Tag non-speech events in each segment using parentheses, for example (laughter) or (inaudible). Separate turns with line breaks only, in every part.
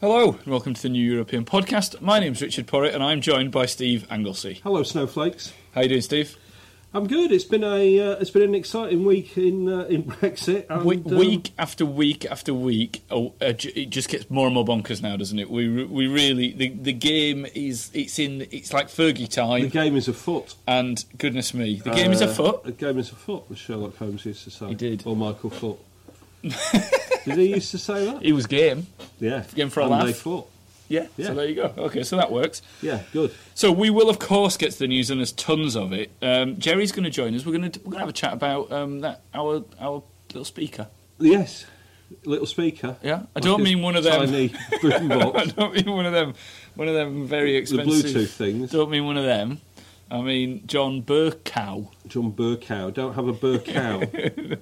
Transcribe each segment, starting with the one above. Hello, and welcome to the New European Podcast. My name's Richard Porritt, and I'm joined by Steve Anglesey.
Hello, snowflakes.
How you doing, Steve?
I'm good. It's been a uh, it's been an exciting week in uh, in (laughs) Brexit. And,
Week,
um,
week after week after week, oh, uh, j- it just gets more and more bonkers now, doesn't it? We re- we really the, the game is it's in it's like Fergie
the
time,
game is afoot.
and goodness me, the game is
Uh,
afoot.
The game is afoot. As Sherlock Holmes used to say.
He did.
Or
(laughs)
Michael Foot. did he used to say that?
It was game,
Yeah.
Game for a
and
laugh.
They fought.
yeah.
Yeah.
So there you go. Okay, so that works.
Yeah. Good.
So we will, of course, get to the news, and there's tons of it. Um, Jerry's going to join us. We're going to we're going to have a chat about um, that our our little speaker.
Yes. Little speaker.
Yeah, I
Like
don't
a
mean one of them. (laughs)
Tiny boombox.
I don't mean one of them. One of them very
the
expensive.
Bluetooth things.
Don't mean one of them. I mean John Burkow. (laughs)
John Burkow. Don't have a Burkow.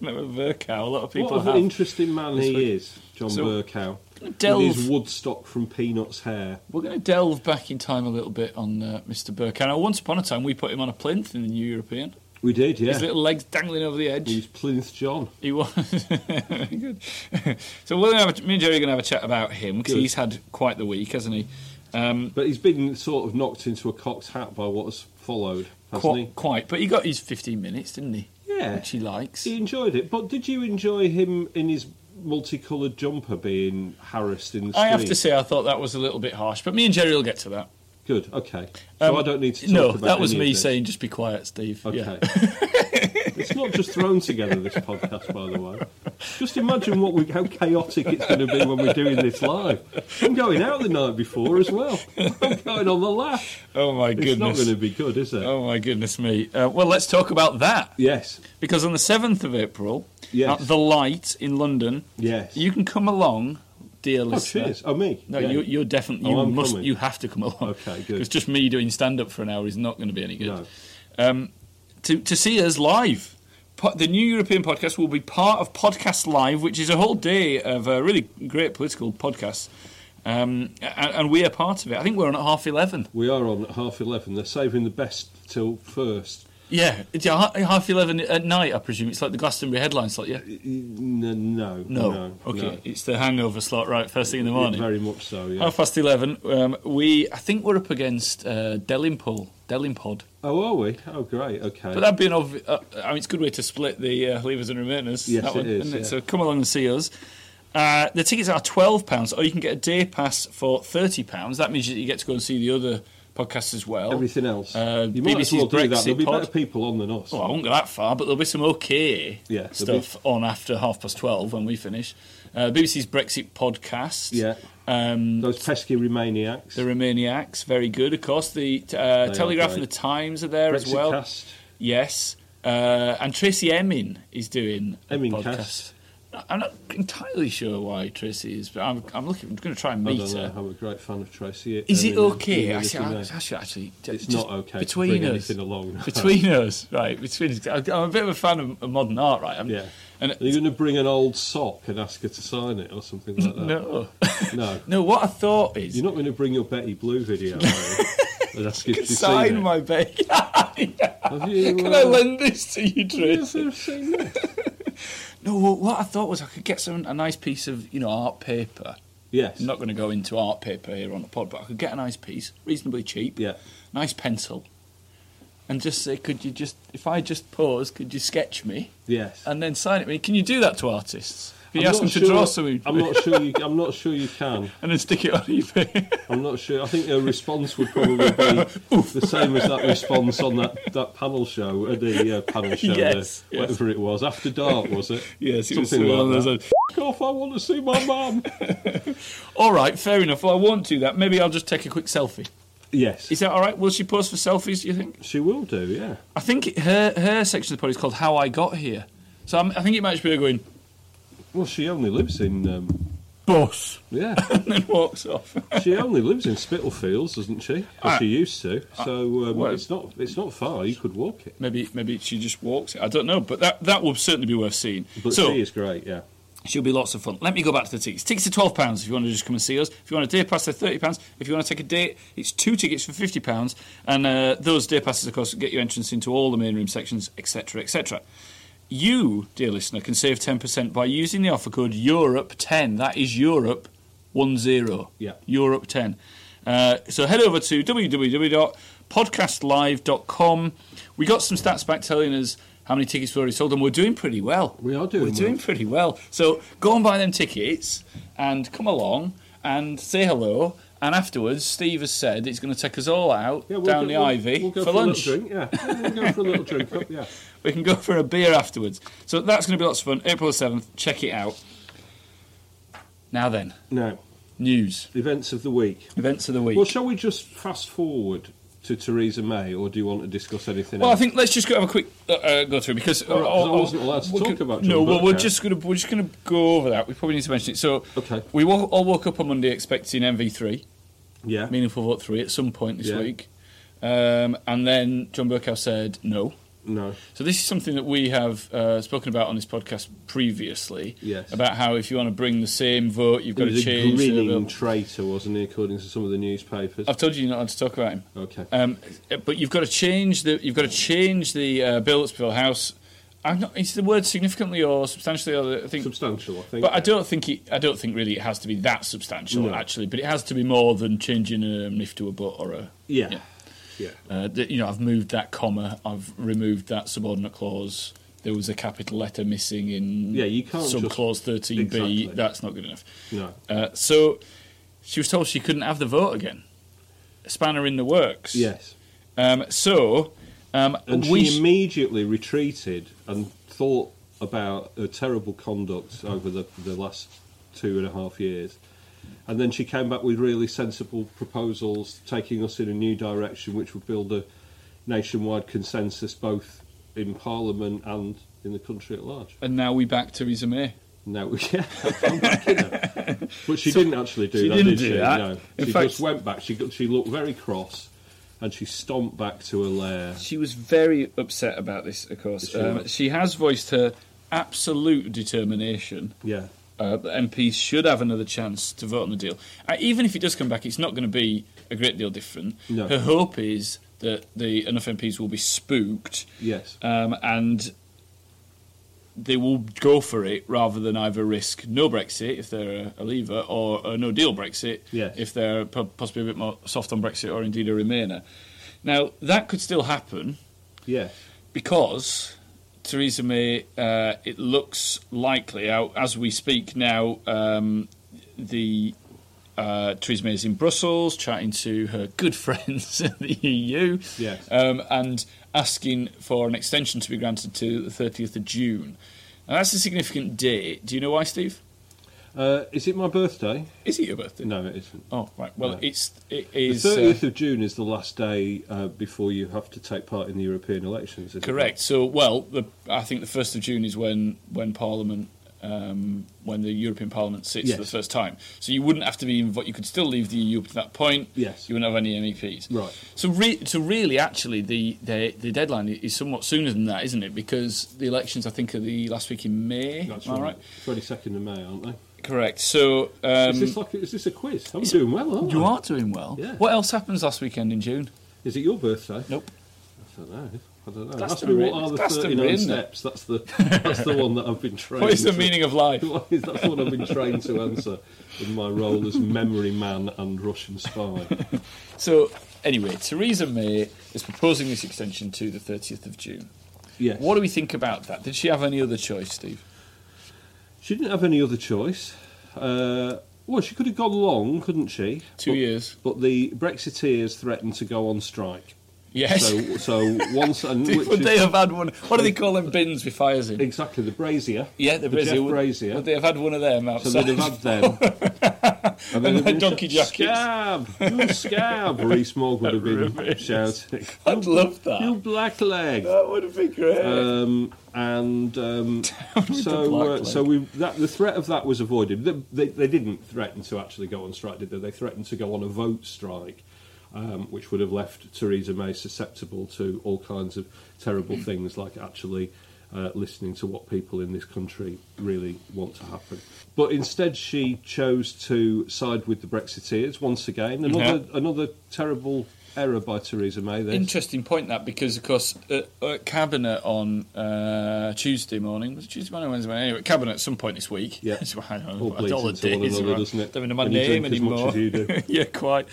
no, Burkow. A lot of (laughs) people
what an
have.
interesting man
This week.
he is, John
So,
Burkow. With
delve-
his Woodstock from Peanuts hair.
We're going to delve back in time a little bit on uh, Mr. Burkow. Now, once upon a time, we put him on a plinth in the New European.
We did. Yeah.
His little legs dangling over the edge.
He's Plinth John.
He was. (laughs) Very Good. (laughs) so we're gonna have a, me and Jerry are going to have a chat about him because
Good.
he's had quite the week, hasn't he? Um,
But he's been sort of knocked into a cocked hat by what has followed, hasn't
quite, quite. But he got his 15 minutes, didn't he?
he? Yeah.
Which he likes.
He enjoyed it. But did you enjoy him in his multicoloured jumper being harassed in the street?
I have to say, I thought that was a little bit harsh, but me and Jerry will get to that.
Good, okay. So
Um,
I don't need to talk
no,
about
that was
any of
me
this.
saying just be quiet, Steve.
Okay.
Yeah.
it's not just thrown together, this podcast, by the way. Just imagine what we, how chaotic it's going to be when we're doing this live. I'm going out the night before as well. I'm going on the lash.
Oh my
It's not
goodness.
going to be good, is it?
Oh my goodness me. Uh, well, let's talk about that
Yes,
because on the 7th of April
Yes.
at the Light in London,
yes.
you can come along, dear
oh,
listener.
cheers. Oh, me.
No,
Yeah.
you, you're definitely. You
Oh, I'm
must.
coming.
You have to come along. (laughs)
Okay, good.
Because just me doing stand up for an hour is not going to be any good.
No.
Um, to to see us live, Po- the new European podcast will be part of Podcast Live, which is a whole day of uh, really great political podcasts, um, and, and we are part of it. I think we're on at half eleven.
We are on at half eleven. They're saving the best till first.
Yeah, it's a ha- half eleven at night. I presume it's like the Glastonbury headline slot. Yeah.
No, no,
No.
no
okay.
no.
It's the hangover slot, right? First thing in the morning.
Very much so. Yeah.
Half past eleven. Um, we, I think we're up against uh, Delimpol, Delimpod.
oh, are we? Oh, great. Okay.
But that'd be an obvious. Uh, I mean, it's a good way to split the uh, leavers and remainers.
Yes,
that
it
one,
is,
isn't
yeah.
So come along and see us. Uh, the tickets are twelve pounds, or you can get a day pass for thirty pounds. That means that you get to go and see the other podcasts as well.
Everything else.
Uh,
you might as
BBC's
well do that.
Brexit
There'll be
pod.
better people on than us.
Well, I won't go that far, but there'll be some okay
Yeah, there'll be-
stuff on after half past twelve when we finish. Uh, BBC's Brexit podcast.
Yeah.
Um,
Those pesky Romaniacs.
The Romaniacs, very good. Of course, the uh,
are
Telegraph and
great.
the Times are there as
Brexit
well.
cast.
Yes, uh, and Tracy Emin is doing a
Emin
podcast.
cast.
I'm not entirely sure why Tracy is, but I'm, I'm looking. I'm going to try and
I
meet
don't know.
her.
I'm a great fan of Tracy. uh,
Is it
Emin and
okay?
Emin
I, see,
Emin
I,
Emin.
I should actually. ju-
It's
just
not okay to
Between
bring
us,
anything along.
between us, right? Between us. I- I'm a bit of a fan of, of modern art, right? I'm,
(laughs) Yeah.
And
Are you going to bring an old sock and ask her to sign it or something like
(laughs)
that?
no,
No.
no. (laughs) What I thought is,
You're not going to bring your Betty Blue video.
(laughs)
are you? and ask if she's seen
sign
it.
my bag. (laughs)
Have you,
Can
uh,
I lend this to you,
Yes,
Tracy?
I've seen it.
No, well, what I thought was I could get some a nice piece of you know art paper.
Yes.
I'm not going to go into art paper here on the pod, but I could get a nice piece, reasonably cheap.
Yeah.
Nice pencil, and just say, could you just, if I just pause, could you sketch me
Yes.
and then sign it? I mean, can you do that to artists? Can you
I'm
ask them
not
to draw
sure-
something
I'm not sure. You, I'm not sure you can.
and then stick it on eBay?
I'm not sure. I think her response would
(laughs)
probably be the same as that response on that, that panel show, uh, the uh, panel show,
Yes,
the,
yes.
whatever it was. After dark, was it?
(laughs) yes, it was sort of
Something like
along
that.
those lines.
F- off! I want to see my mum.
(laughs) All right, fair enough. Well, I won't do that. Maybe I'll just take a quick selfie.
(laughs) yes,
Is that all right? Will she pause for selfies? Do you think?
she will do. Yeah.
I think it- her her section of the pod is called "How I Got Here," so I'm, I think it might just be her going
Well, she only lives in. Um,
"boss"
yeah,
(laughs) and then walks off.
she only lives in Spitalfields, doesn't she? Or she used to. So um,
well-
it's not. It's not far. You could walk it.
maybe maybe she just walks. I don't know, but that that will certainly be worth seeing.
But
so
she is great. Yeah.
She'll be lots of fun. Let me go back to the tickets. Tickets are twelve pounds if you want to just come and see us. If you want a day pass, they're thirty pounds. If you want to take a date, it's two tickets for fifty pounds. And uh, those day passes, of course, get you entrance into all the main room sections, etc., etc. You, dear listener, can save ten percent by using the offer code Europe ten. That is Europe one zero.
Yeah.
Europe ten. Uh, so head over to www.podcastlive.com. We got some stats back telling us how many tickets we already sold, and we're doing pretty well.
We are doing
We're
well.
doing pretty well. So go and buy them tickets and come along and say hello. And afterwards, Steve has said he's going to take us all out
Yeah, we'll
down
go-
the
we'll-
Ivy
we'll go
for, lunch.
A little drink, yeah. yeah, we'll go for a little drink
(laughs)
up. Yeah.
We can go for a beer afterwards. So that's going to be lots of fun. April 7th, check it out. Now then,
Now,
news,
events of the week.
events of the week.
Well, shall we just fast forward to Theresa May, or do you want to discuss anything
Well, I
else?
think let's just go have a quick uh, uh, go through because
All right, 'cause I
oh, oh,
wasn't allowed to
we
talk
could-
about
No,
John
well, we're
Burkett.
just gonna we're just gonna go over that. We probably need to mention it. So,
Okay.
we wo- all woke up on Monday expecting MV3,
yeah.
meaningful vote three, at some point this
Yeah.
week, um, and then John Burkow said no.
no.
So this is something that we have uh, spoken about on this podcast previously.
Yes.
About how if you want to bring the same vote, you've
He
got to
was a
change. the
grinning
bill.
traitor, wasn't he, according to some of the newspapers?
I've told you you're not allowed to talk about him.
okay.
Um, but you've got to change the you've got to change the uh, bill that's before the House. I'm not. Is the word significantly or substantially? Or the- I think,
Substantial, I think.
but I don't think it, I don't think really it has to be that substantial
No.
actually. But it has to be more than changing a nif to a but or a.
Yeah.
Yeah.
Yeah.
Uh, th- you know, I've moved that comma. I've removed that subordinate clause. There was a capital letter missing in
Yeah, you can't
sub
just-
clause 13b.
Exactly.
That's not good enough.
No.
Uh, so she was told she couldn't have the vote again. Spanner in the works.
Yes.
Um, so, um,
And
we
she immediately retreated and thought about her terrible conduct over the, the last two and a half years. And then she came back with really sensible proposals, taking us in a new direction, which would build a nationwide consensus both in Parliament and in the country at large.
and now we back Theresa May.
No, (laughs) yeah, I'm back
(laughs)
in her. But she didn't actually do
she
that,
didn't
did
do
she?
that.
No.
In
she
fact-
just went back. She, got, she looked very cross and she stomped back to her lair.
She was very upset about this, of course.
She
Um,
was.
she has voiced her absolute determination
Yeah.
uh, that MPs should have another chance to vote on the deal. Uh, even if it does come back, it's not going to be a great deal different.
No.
Her hope is that the enough MPs will be spooked
Yes.
um, and they will go for it rather than either risk no Brexit if they're a, a Leaver or a no deal Brexit
Yes.
if they're po- possibly a bit more soft on Brexit or indeed a Remainer. Now, that could still happen
Yes.
because Theresa May, uh, it looks likely, out as we speak now, um, the uh, Theresa May is in Brussels chatting to her good (laughs) friends in the EU
Yes.
um, and asking for an extension to be granted to the 30th of June. Now, that's a significant date. Do you know why, Steve?
Uh, is it my birthday?
Is it your birthday?
No, it isn't.
Oh, right. Well,
No.
it's it
The
is uh,
30th of June is the last day uh, before you have to take part in the European elections. Isn't it?
Correct. So, well, the, I think the first of June is when when Parliament, um, when the European Parliament sits for the
Yes.
first time. So you wouldn't have to be involved. You could still leave the EU up to that point.
Yes.
You wouldn't have any MEPs.
Right.
So, re- so really, actually, the, the the deadline is somewhat sooner than that, isn't it? Because the elections, I think, are the last week in May.
That's
Am I
right.
right?
22nd of May, aren't they?
Correct. So. Um,
is this like? Is this a quiz? I'm doing well, aren't
you
I?
are doing well.
Yeah.
What else happens last weekend in June?
Is it your birthday?
Nope.
I don't know. I don't know.
That's
Ask
the
me
ri-
what are the
that's the
39
ri- isn't it?
steps. That's
(laughs)
the that's the one that I've been trained.
What is the
to-
meaning of life?
(laughs) What is- that's what I've been trained
(laughs)
to answer in my role as memory man and Russian spy.
So Anyway, Theresa May is proposing this extension to the 30th of June.
Yes.
What do we think about that? Did she have any other choice, Steve?
She didn't have any other choice. Uh, well, she could have gone long, couldn't she?
Two
But-
years.
But the Brexiteers threatened to go on strike.
Yes.
So, so once and which
would
is-
(laughs) they have had one? What do they call them bins with fires in?
exactly the brazier.
Yeah, the
the
brazier.
Jeff
would,
brazier.
Would they have had one of them outside?
So they'd have had
(laughs)
them. And,
And
they'd have been
the donkey
shouting,
jackets.
Scab! You scab! Reese Mogg
(laughs)
would have been
Rubbish.
shouting.
(laughs) I'd love that.
You blackleg!
That would be great.
um, and um, so
black
uh,
leg.
so we that the threat of that was avoided. They, they, they didn't threaten to actually go on strike, did they? They threatened to go on a vote strike, um, which would have left Theresa May susceptible to all kinds of terrible things, like actually. Uh, listening to what people in this country really want to happen, but instead she chose to side with the Brexiteers once again. Another another terrible error by Theresa May. There,
Interesting point that because of course at, at cabinet on uh, Tuesday morning was it Tuesday morning or Wednesday morning anyway cabinet at some point this week.
Yeah.
(laughs) It's- I don't know,
All
I
bleeds
don't know
into
the
one
days,
another,
right?
doesn't it?
Don't even know my
When you
name
drink as much
anymore.
as you do.
(laughs) yeah, quite.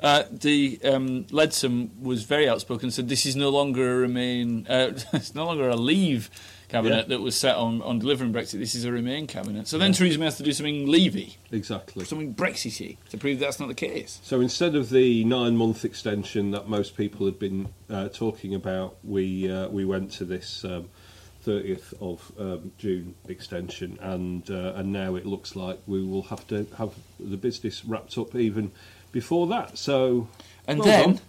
Uh, the um, Leadsom was very outspoken. Said this is no longer a remain. Uh, (laughs) it's no longer a leave cabinet
Yeah.
that was set on, on delivering Brexit. This is a remain cabinet. So then Theresa May has to do something leavey,
exactly.
something Brexity to prove that's not the case.
So instead of the nine-month extension that most people had been uh, talking about, we uh, we went to this um, thirtieth of um, June extension, and uh, and now it looks like we will have to have the business wrapped up even before that. So
And
well
then,
done.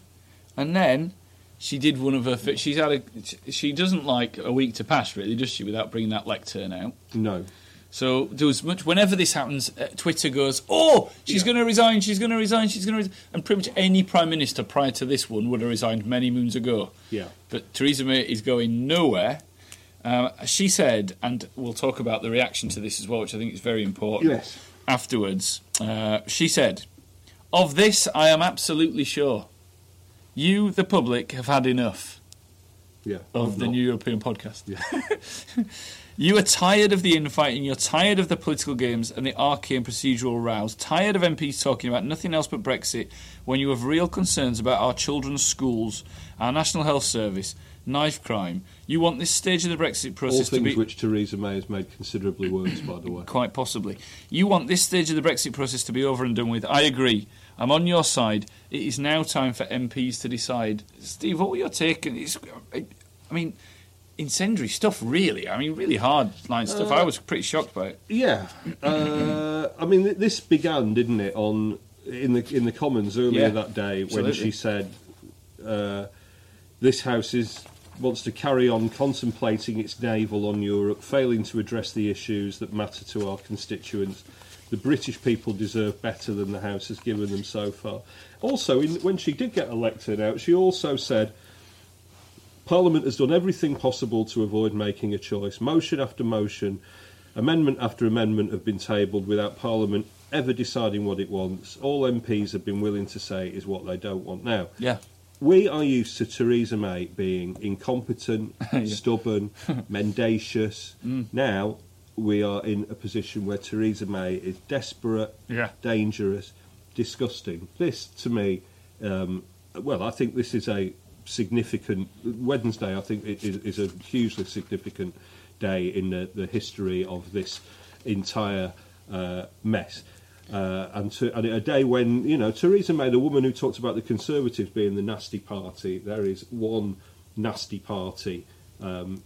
and then, she did one of her. fi- She's had a. She doesn't like a week to pass, really, does she? Without bringing that lectern out.
no,
So there was much. Whenever this happens, uh, Twitter goes, "Oh, she's going to resign. She's going to resign. She's going to." Res-. And pretty much any prime minister prior to this one would have resigned many moons ago.
Yeah.
But Theresa May is going nowhere. Um, she said, and we'll talk about the reaction to this as well, which I think is very important.
Yes.
Afterwards, uh, she said, "Of this, I am absolutely sure. You, the public, have had enough."
yeah,
of
I'm
the
not.
New European podcast. (laughs) you are tired of the infighting, you're tired of the political games and the arcane procedural rows, tired of MPs talking about nothing else but Brexit when you have real concerns about our children's schools, our National Health Service, knife crime. You want this stage of the Brexit
all
process to
things
be.
which Theresa May has made considerably worse, by the way.
Quite possibly. You want this stage of the Brexit process to be over and done with. I agree. I'm on your side. It is now time for MPs to decide. Steve, what were your take? And It's, I I mean, incendiary stuff, really. I mean, really hard line stuff.
Uh,
I was pretty shocked by it.
Yeah, uh, I mean, th- this began, didn't it, on in the in the Commons earlier
Yeah,
that day when
absolutely.
she said, uh, "This House is wants to carry on contemplating its navel on Europe, failing to address the issues that matter to our constituents." The British people deserve better than the House has given them so far. Also, in, when she did get elected out, she also said, Parliament has done everything possible to avoid making a choice. Motion after motion, amendment after amendment have been tabled without Parliament ever deciding what it wants. All MPs have been willing to say is what they don't want. Now,
Yeah.
we are used to Theresa May being incompetent,
(laughs) Yeah. Mm.
stubborn, mendacious. Now we are in a position where Theresa May is desperate,
Yeah.
dangerous, disgusting. This, to me, um, well, I think this is a significant Wednesday. I think it is, is a hugely significant day in the, the history of this entire uh, mess. Uh, and, to, and a day when you know Theresa May, the woman who talked about the Conservatives being the nasty party, there is one nasty party um,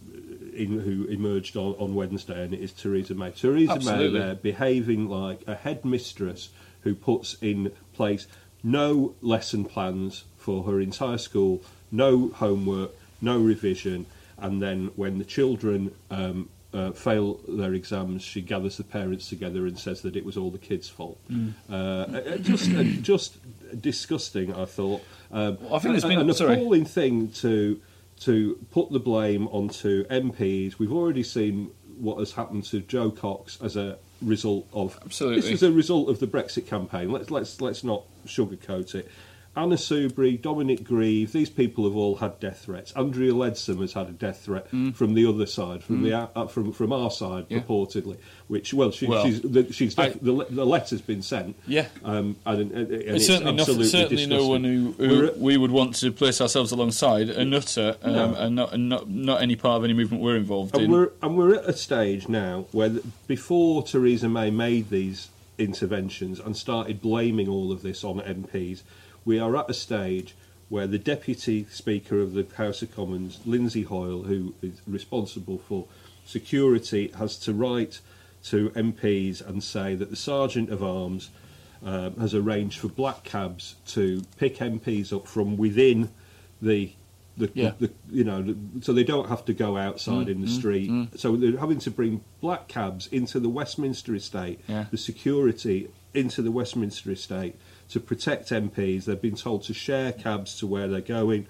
in, who emerged on, on Wednesday, and it is Theresa May. Theresa
Absolutely.
May there behaving like a headmistress who puts in place no lesson plans for her entire school, no homework, no revision, and then when the children um, uh, fail their exams, she gathers the parents together and says that it was all the kids' fault.
Mm.
Uh, uh, just, uh, just disgusting. I thought. Um,
Well, I think there's
a-
been-
an
sorry.
appalling thing to to put the blame onto MPs. We've already seen what has happened to Joe Cox as a result of
Absolutely.
This is a result of the Brexit campaign. Let's let's let's not sugarcoat it. Anna Soubry, Dominic Grieve, these people have all had death threats. Andrea Leadsom has had a death threat from the other side, from the uh, from from our side
Mm. Yeah.
purportly. Which well, she,
Well,
she's the, she's
I-
def- the, le- the letter's been sent.
Yeah.
um, and, and, and
It's
it's
certainly, noth-
absolutely
certainly no
disgusting.
one who,
We're
who
at-
we would want to place ourselves alongside a nutter, um,
No.
and, not, and not not any part of any movement we're involved
And
in.
we're, and we're at a stage now where th- before Theresa May made these interventions and started blaming all of this on MPs, we are at a stage where the Deputy Speaker of the House of Commons, Lindsay Hoyle, who is responsible for security, has to write to MPs and say that the Sergeant of Arms um, has arranged for black cabs to pick MPs up from within the the,
Yeah.
the you know the, so they don't have to go outside in the street. So they're having to bring black cabs into the Westminster estate,
Yeah.
the security into the Westminster estate to protect MPs. They've been told to share cabs to where they're going.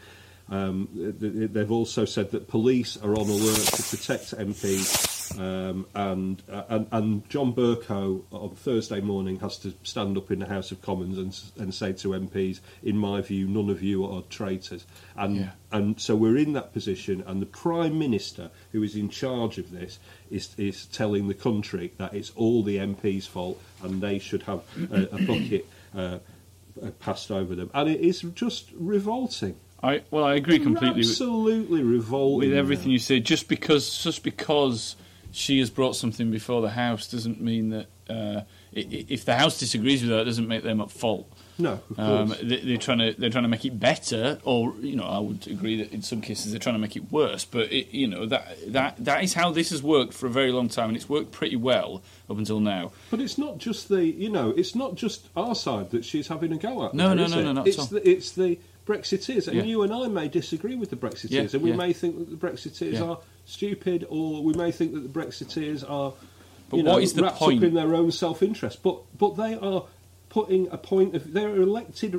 Um, th- th- they've also said that police are on alert to protect MPs, um, and, uh, and and John Burko on Thursday morning has to stand up in the House of Commons and s- and say to MPs, in my view, none of you are traitors, and
Yeah.
and so we're in that position, and the Prime Minister, who is in charge of this, is is telling the country that it's all the MPs' fault, and they should have a, a bucket. Uh, uh, passed over them, and it is just revolting.
I, well, I agree completely with,
Absolutely revolting.
with everything
now.
you say. Just because, just because she has brought something before the house doesn't mean that uh, i- i- if the house disagrees with her, it doesn't make them at fault.
No, of
Um,
course.
they, they're trying to they're trying to make it better, or you know, I would agree that in some cases they're trying to make it worse. But it, you know that that that is how this has worked for a very long time, and it's worked pretty well up until now.
But it's not just the you know, it's not just our side that she's having a go at.
No,
there,
no,
is
no,
it?
no, not at
it's
all.
The, it's the Brexiteers, and
Yeah.
you and I may disagree with the Brexiteers,
Yeah,
and we
yeah.
may think that the Brexiteers
Yeah.
are stupid, or we may think that the Brexiteers are.
But
you
what
know,
is the
wrapped
point?
up in their own self-interest? But but they are putting a point of they're elected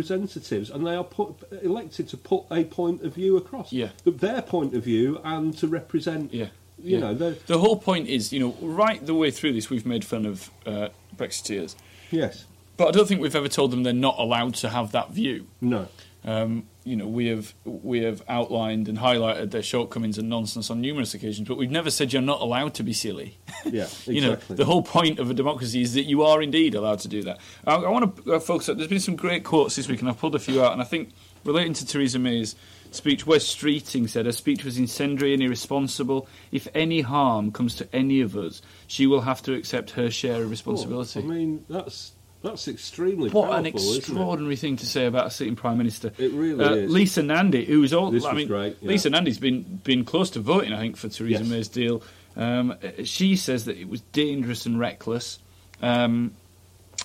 representatives, and they are put, elected to put a point of view across.
Yeah.
their point of view and to represent.
Yeah,
you
yeah.
know know,
The whole point is, you know, right the way through this, we've made fun of uh, Brexiteers,
yes,
but I don't think we've ever told them they're not allowed to have that view.
no.
Um, you know, we have we have outlined and highlighted their shortcomings and nonsense on numerous occasions, but we've never said you're not allowed to be silly. (laughs)
Yeah,
You know,
exactly.
the whole point of a democracy is that you are indeed allowed to do that. I, I want to uh, focus on. There's been some great quotes this week, and I've pulled a few out. And I think relating to Theresa May's speech, Wes Streeting said her speech was incendiary and irresponsible. If any harm comes to any of us, she will have to accept her share of responsibility.
I mean, that's that's extremely
What
powerful,
an extraordinary thing to say about a sitting prime minister. Uh,
It really is.
Lisa Nandy, who's all
This
I
was
mean,
great, yeah.
Lisa Nandy's been been close to voting, I think, for Theresa
Yes.
May's deal. Um, uh, she says that it was dangerous and reckless. Um,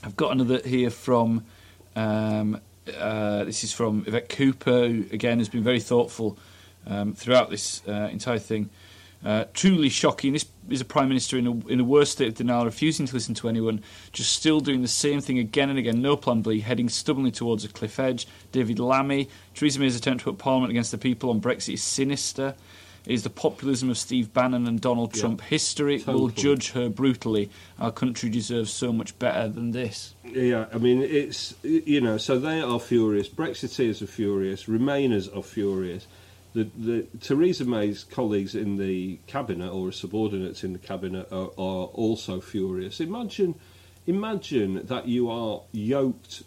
I've got another here from. Um, uh, this is from Yvette Cooper, who again has been very thoughtful um, throughout this uh, entire thing. Uh, truly shocking. This is a prime minister in a, in a worse state of denial, refusing to listen to anyone, just still doing the same thing again and again. No plan B, heading stubbornly towards a cliff edge. David Lammy, Theresa May's attempt to put Parliament against the people on Brexit is sinister. It Is the populism of Steve Bannon and Donald
Yeah.
Trump history? We'll
Totally.
judge her brutally. Our country deserves so much better than this.
Yeah, I mean, it's you know, so they are furious. Brexiteers are furious. Remainers are furious. The, the Theresa May's colleagues in the cabinet or her subordinates in the cabinet are, are also furious. Imagine, imagine that you are yoked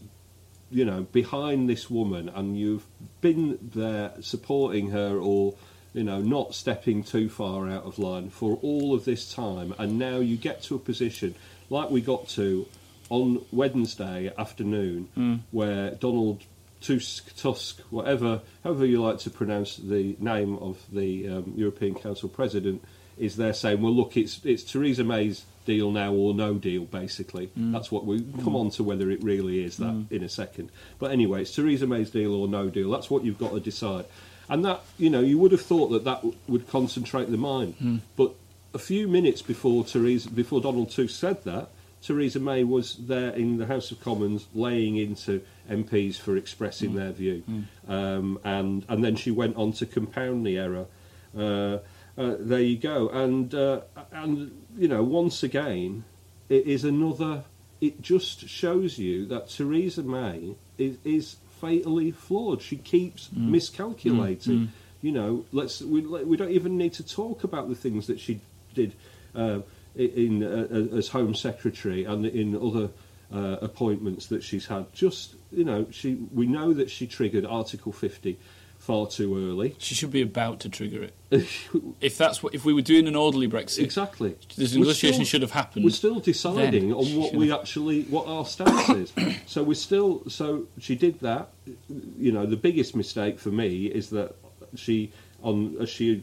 you know, behind this woman and you've been there supporting her or, you know, not stepping too far out of line for all of this time and now you get to a position like we got to on Wednesday afternoon where Donald Tusk, Tusk, whatever, however you like to pronounce the name of the um, European Council president, is there saying, well, look, it's it's Theresa May's deal now or no deal, basically. That's what we come on to whether it really is that in a second. But anyway, it's Theresa May's deal or no deal. That's what you've got to decide. And that, you know, you would have thought that that w- would concentrate the mind. But a few minutes before Theresa, before Donald Tusk said that, Theresa May was there in the House of Commons laying into MPs for expressing their view, um, and and then she went on to compound the error. Uh, uh, there you go, and uh, and you know once again, it is another. It just shows you that Theresa May is is fatally flawed. She keeps miscalculating. You know, let's we, we don't even need to talk about the things that she did uh, in uh, as Home Secretary and in other uh, appointments that she's had. Just you know, she we know that she triggered Article Fifty far too early. (laughs)
She should be about to trigger it. if that's what, if we were doing an orderly Brexit,
Exactly.
This
We're
negotiation
still-
should have happened.
We're still deciding
then.
on what we actually what our
(coughs)
stance is. So we're still. So she did that. You know, the biggest mistake for me is that she on as she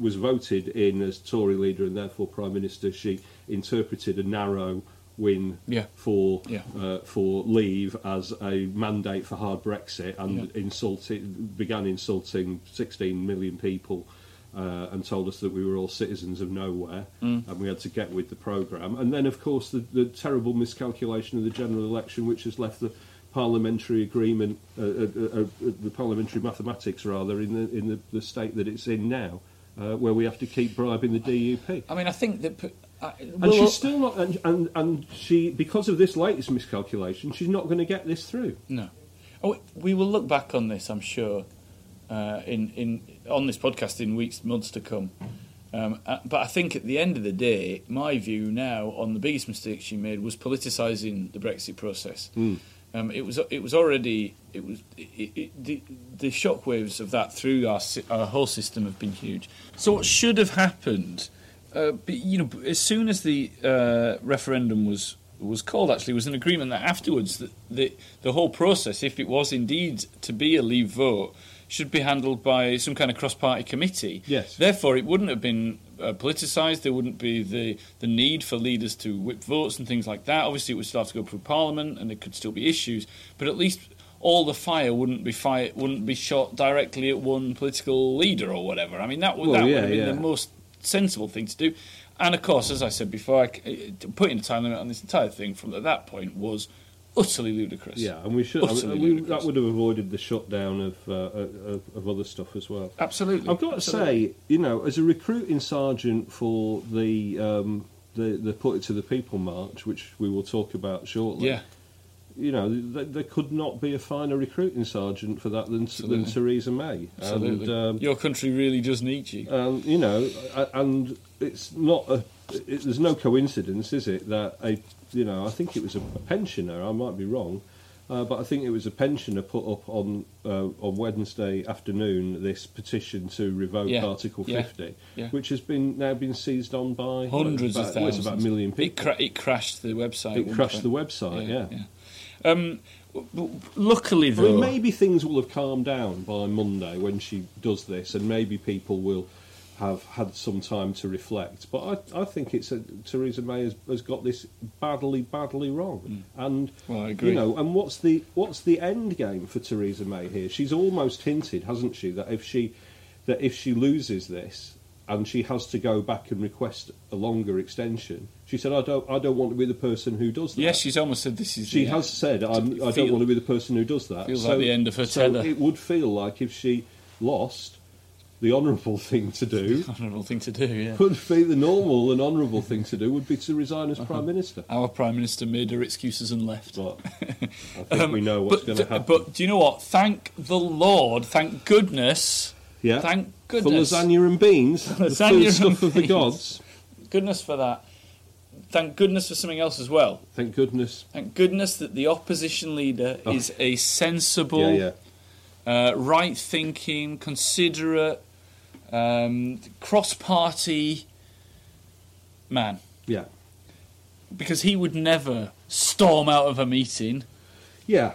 was voted in as Tory leader and therefore prime minister. She interpreted a narrow win
Yeah.
for
Yeah.
uh, for leave as a mandate for hard Brexit and insulted began insulting 16 million people uh, and told us that we were all citizens of nowhere and we had to get with the programme. And then, of course, the, the terrible miscalculation of the general election, which has left the parliamentary agreement, uh, uh, uh, uh, the parliamentary mathematics rather, in the in the, the state that it's in now, uh, where we have to keep bribing the DUP.
I mean, I think that. p- I-
And
well, uh,
she's still not, and, and and she because of this latest miscalculation, she's not going to get this through.
No. Oh, we will look back on this, I'm sure, uh, in in on this podcast in weeks, months to come. Um, uh, but I think at the end of the day, my view now on the biggest mistake she made was politicising the Brexit process. Um, it was it was already it was it, it, the the shockwaves of that through our sy- our whole system have been huge. So what should have happened? Uh, but, you know, as soon as the uh, referendum was was called, actually, was an agreement that afterwards that the the whole process, if it was indeed to be a leave vote, should be handled by some kind of cross party committee.
Yes.
Therefore, it wouldn't have been uh, politicised. There wouldn't be the the need for leaders to whip votes and things like that. Obviously, it would still have to go through Parliament, and there could still be issues. But at least all the fire wouldn't be fire wouldn't be shot directly at one political leader or whatever. I mean, that would
Well,
that
yeah,
would have been
yeah.
the most most sensible thing to do. And of course, as I said before, I c uh, putting a time limit on this entire thing from at that point was utterly ludicrous.
Yeah, and we should. I
Utterly
mean, we,
ludicrous.
that would have avoided the shutdown of, uh, of of other stuff as well.
Absolutely.
I've got to say, you know, as a recruiting sergeant for the um, the the put it to the people march, which we will talk about shortly.
yeah,
you know, th- there could not be a finer recruiting sergeant for that than than
Absolutely.
Theresa May.
absolutely.
And, um,
Your country really does need you.
um, you know, a- and it's not a. It, there's no coincidence, is it, that a you know I think it was a pensioner. I might be wrong, uh, but I think it was a pensioner put up on uh, on Wednesday afternoon this petition to revoke
Yeah,
Article
yeah,
50,
yeah.
which has been now been seized on by
Hundreds
about,
of
well,
thousands.
It's about a million
It,
people.
cra- it crashed the website.
It
at one
crashed
point.
the website, yeah.
yeah. Um, w- w- luckily,
I mean,
though,
maybe things will have calmed down by Monday when she does this, and maybe people will have had some time to reflect. But I, I think it's a, Theresa May has, has got this badly, badly wrong. And
Mm. Well, I agree.
you know, and what's the what's the end game for Theresa May here? She's almost hinted, hasn't she, that if she that if she loses this and she has to go back and request a longer extension, she said, "I don't, I don't want to be the person who does that."
yes, she's almost said this is.
She
the-
has said, I'm, "I don't
feel-
want to be the person who does that."
feels like the end of her
so
tether.
It would feel like if she lost, the honourable (laughs) thing to do
honourable thing to do. Yeah.
would be the normal and honourable thing to do would be to resign as
Uh-huh.
prime minister.
Our prime minister made her excuses and left.
But I think we know what's
Um, but,
going to happen.
But do you know what? Thank the Lord. Thank goodness.
yeah,
Thank
for
goodness.
lasagna and
(laughs)
beans, the
Lasagna
food
and
stuff of the
beans.
gods.
Goodness for that. Thank goodness for something else as well.
Thank goodness.
Thank goodness that the opposition leader
Oh.
is a sensible,
Yeah, yeah.
Uh, right thinking, considerate, um, cross party man.
Yeah,
Because he would never storm out of a meeting.
Yeah,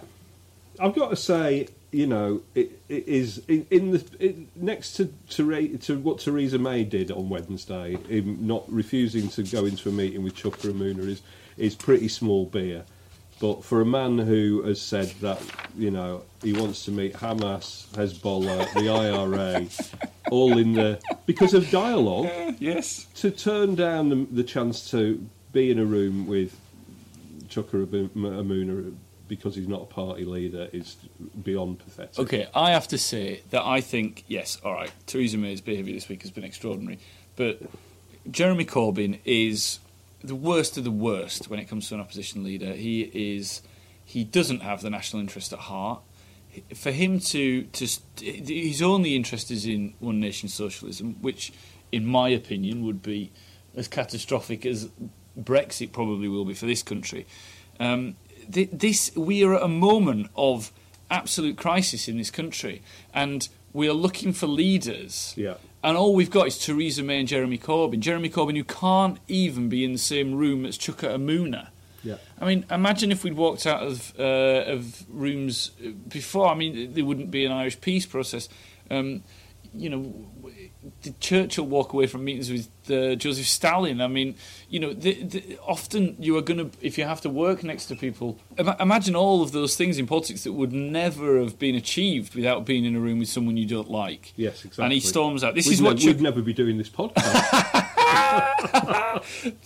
I've got to say, you know, it, it is in, in the it, next to, to to what Theresa May did on Wednesday, in not refusing to go into a meeting with Chuck Ramuna is is pretty small beer. But for a man who has said that, you know, he wants to meet Hamas, Hezbollah, the IRA, all in the because of dialogue
Yes.
to turn down the, the chance to be in a room with Chuka Amuna because he's not a party leader is beyond pathetic.
Okay, I have to say that I think yes, all right. Theresa May's behaviour this week has been extraordinary, but Jeremy Corbyn is the worst of the worst when it comes to an opposition leader. He is he doesn't have the national interest at heart. for him to to st- his only interest is in one nation socialism, which, in my opinion, would be as catastrophic as Brexit probably will be for this country. Um, th- this we are at a moment of absolute crisis in this country, and we are looking for leaders.
Yeah.
And all we've got is Theresa May and Jeremy Corbyn. Jeremy Corbyn, who can't even be in the same room as Chuka Amuna.
Yeah.
I mean, imagine if we'd walked out of uh, of rooms uh, before. I mean, there wouldn't be an Irish peace process. Um, you know, w- did Churchill walk away from meetings with uh, Joseph Stalin? I mean, you know, the, the, often you are going to, if you have to work next to people, ima- imagine all of those things in politics that would never have been achieved without being in a room with someone you don't like.
Yes, exactly.
And he storms out. This
we'd
is
ne-
what you.
we'd never be doing this podcast.
(laughs)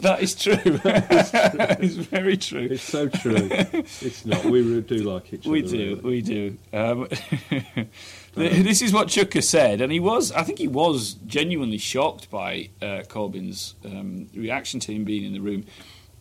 That is true. (laughs) it's very true.
it's so true. It's not. We do like each other.
We do,
really. Um,
we do. Um, (laughs) this is what Chuka said, and he was, I think he was genuinely shocked by uh, Corbyn's um, reaction to him being in the room.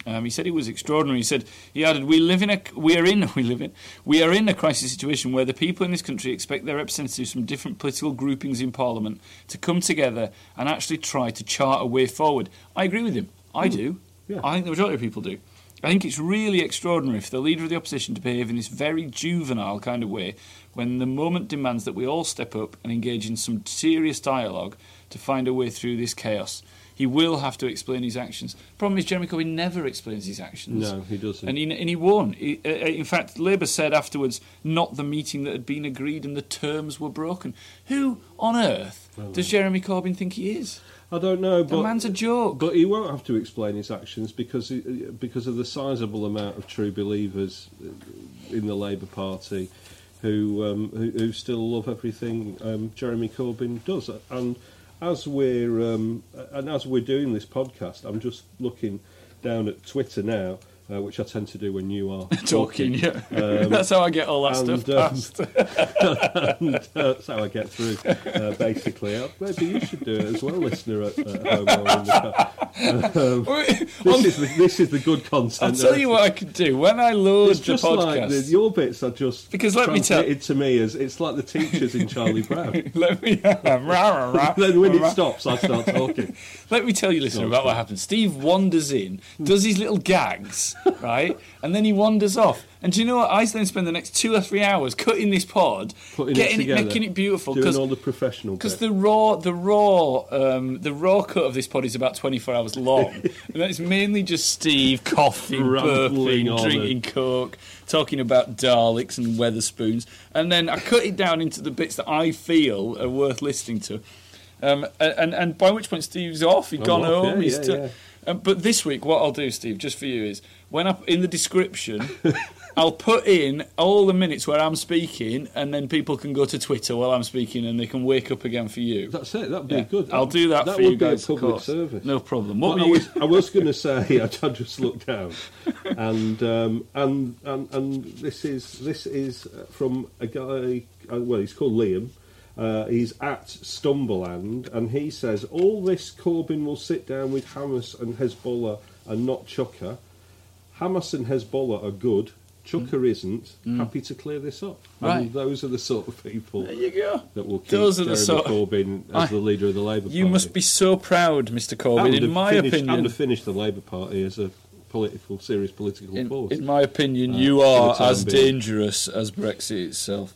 Um, he said it was extraordinary. He said he added, "We live in a we are in (laughs) we live in we are in a crisis situation where the people in this country expect their representatives from different political groupings in Parliament to come together and actually try to chart a way forward." I agree with him. I do.
Hmm. Yeah.
I think the majority of people do. I think it's really extraordinary for the leader of the opposition to behave in this very juvenile kind of way when the moment demands that we all step up and engage in some serious dialogue to find a way through this chaos. He will have to explain his actions. Problem is, Jeremy Corbyn never explains his actions.
No, he doesn't.
And he, and he won. He, uh, uh, in fact, Labour said afterwards, not the meeting that had been agreed and the terms were broken. Who on earth does Jeremy Corbyn think he is?
I don't know,
The
uh, but
man's a joke.
But he won't have to explain his actions because he, because of the sizable amount of true believers in the Labour Party who um, who, who still love everything um, Jeremy Corbyn does. And as we're um, and as we're doing this podcast, I'm just looking down at Twitter now, uh, which I tend to do when you are
(laughs) Talking, yeah. That's how I get all that
and,
stuff
um,
passed.
(laughs) and, uh, that's how I get through, uh, basically. Uh, maybe you should do it as well, listener at, at home or in the car.
(laughs)
This is the, this is the good content.
I'll tell you what I could do when I load
uh, It's
the
just
podcast.
like the, your bits are just
Because let me tell-
translated to me as it's like the teachers in
(laughs)
Charlie Brown.
(laughs) let me rah, rah, rah,
(laughs) then when
rah.
it stops, I start talking.
Let me tell you, listener, about what happens. Steve wanders in, does his little
(laughs)
gags, right, and then he wanders off. And do you know what? I then spend the next two or three hours cutting this pod,
Putting
getting
it together,
making it beautiful,
doing
because
all the professional.
Because
bit.
the raw, the raw, um, the raw cut of this pod is about 24 hours
(laughs)
long, and that's mainly just Steve coughing,
Rambling
burping,
on
drinking coke, talking about Daleks and Weatherspoons, and then I cut it down into the bits that I feel are worth listening to, um, a- and and by which point Steve's off, he's
I'm
gone
off,
home,
yeah,
he's
yeah,
tu-
yeah.
um, but this week, what I'll do, Steve, just for you, is when I in the description,
(laughs)
I'll put in all the minutes where I'm speaking, and then people can go to Twitter while I'm speaking, and they can wake up again for you.
That's it. That'd be
Yeah.
good.
I'll do that, for you
would be
guys.
a
of
public
course.
service.
No problem. What
Well, I
were you?
was, I was going
(laughs)
to say, (laughs) I I just looked down, and, um, and and and this is this is uh, from a guy. uh, Well, he's called Liam. Uh, he's at Stumbleland, and he says all this Corbyn will sit down with Hamas and Hezbollah and not Chucker. Hamas and Hezbollah are good. Chucker isn't. Happy to clear this up.
Mm. Right.
And those are the sort of people
There you go.
that will keep
Those are the
Jeremy
sort of-
Corbyn as
I-
the leader of the Labour Party.
You must be so proud, Mr. Corbyn.
And
In
to
my
finish- And
opinion,
to finish the Labour Party as a political, serious political
in,
force.
in my opinion,
Uh,
you
for the
are
time
as
being.
dangerous as Brexit itself.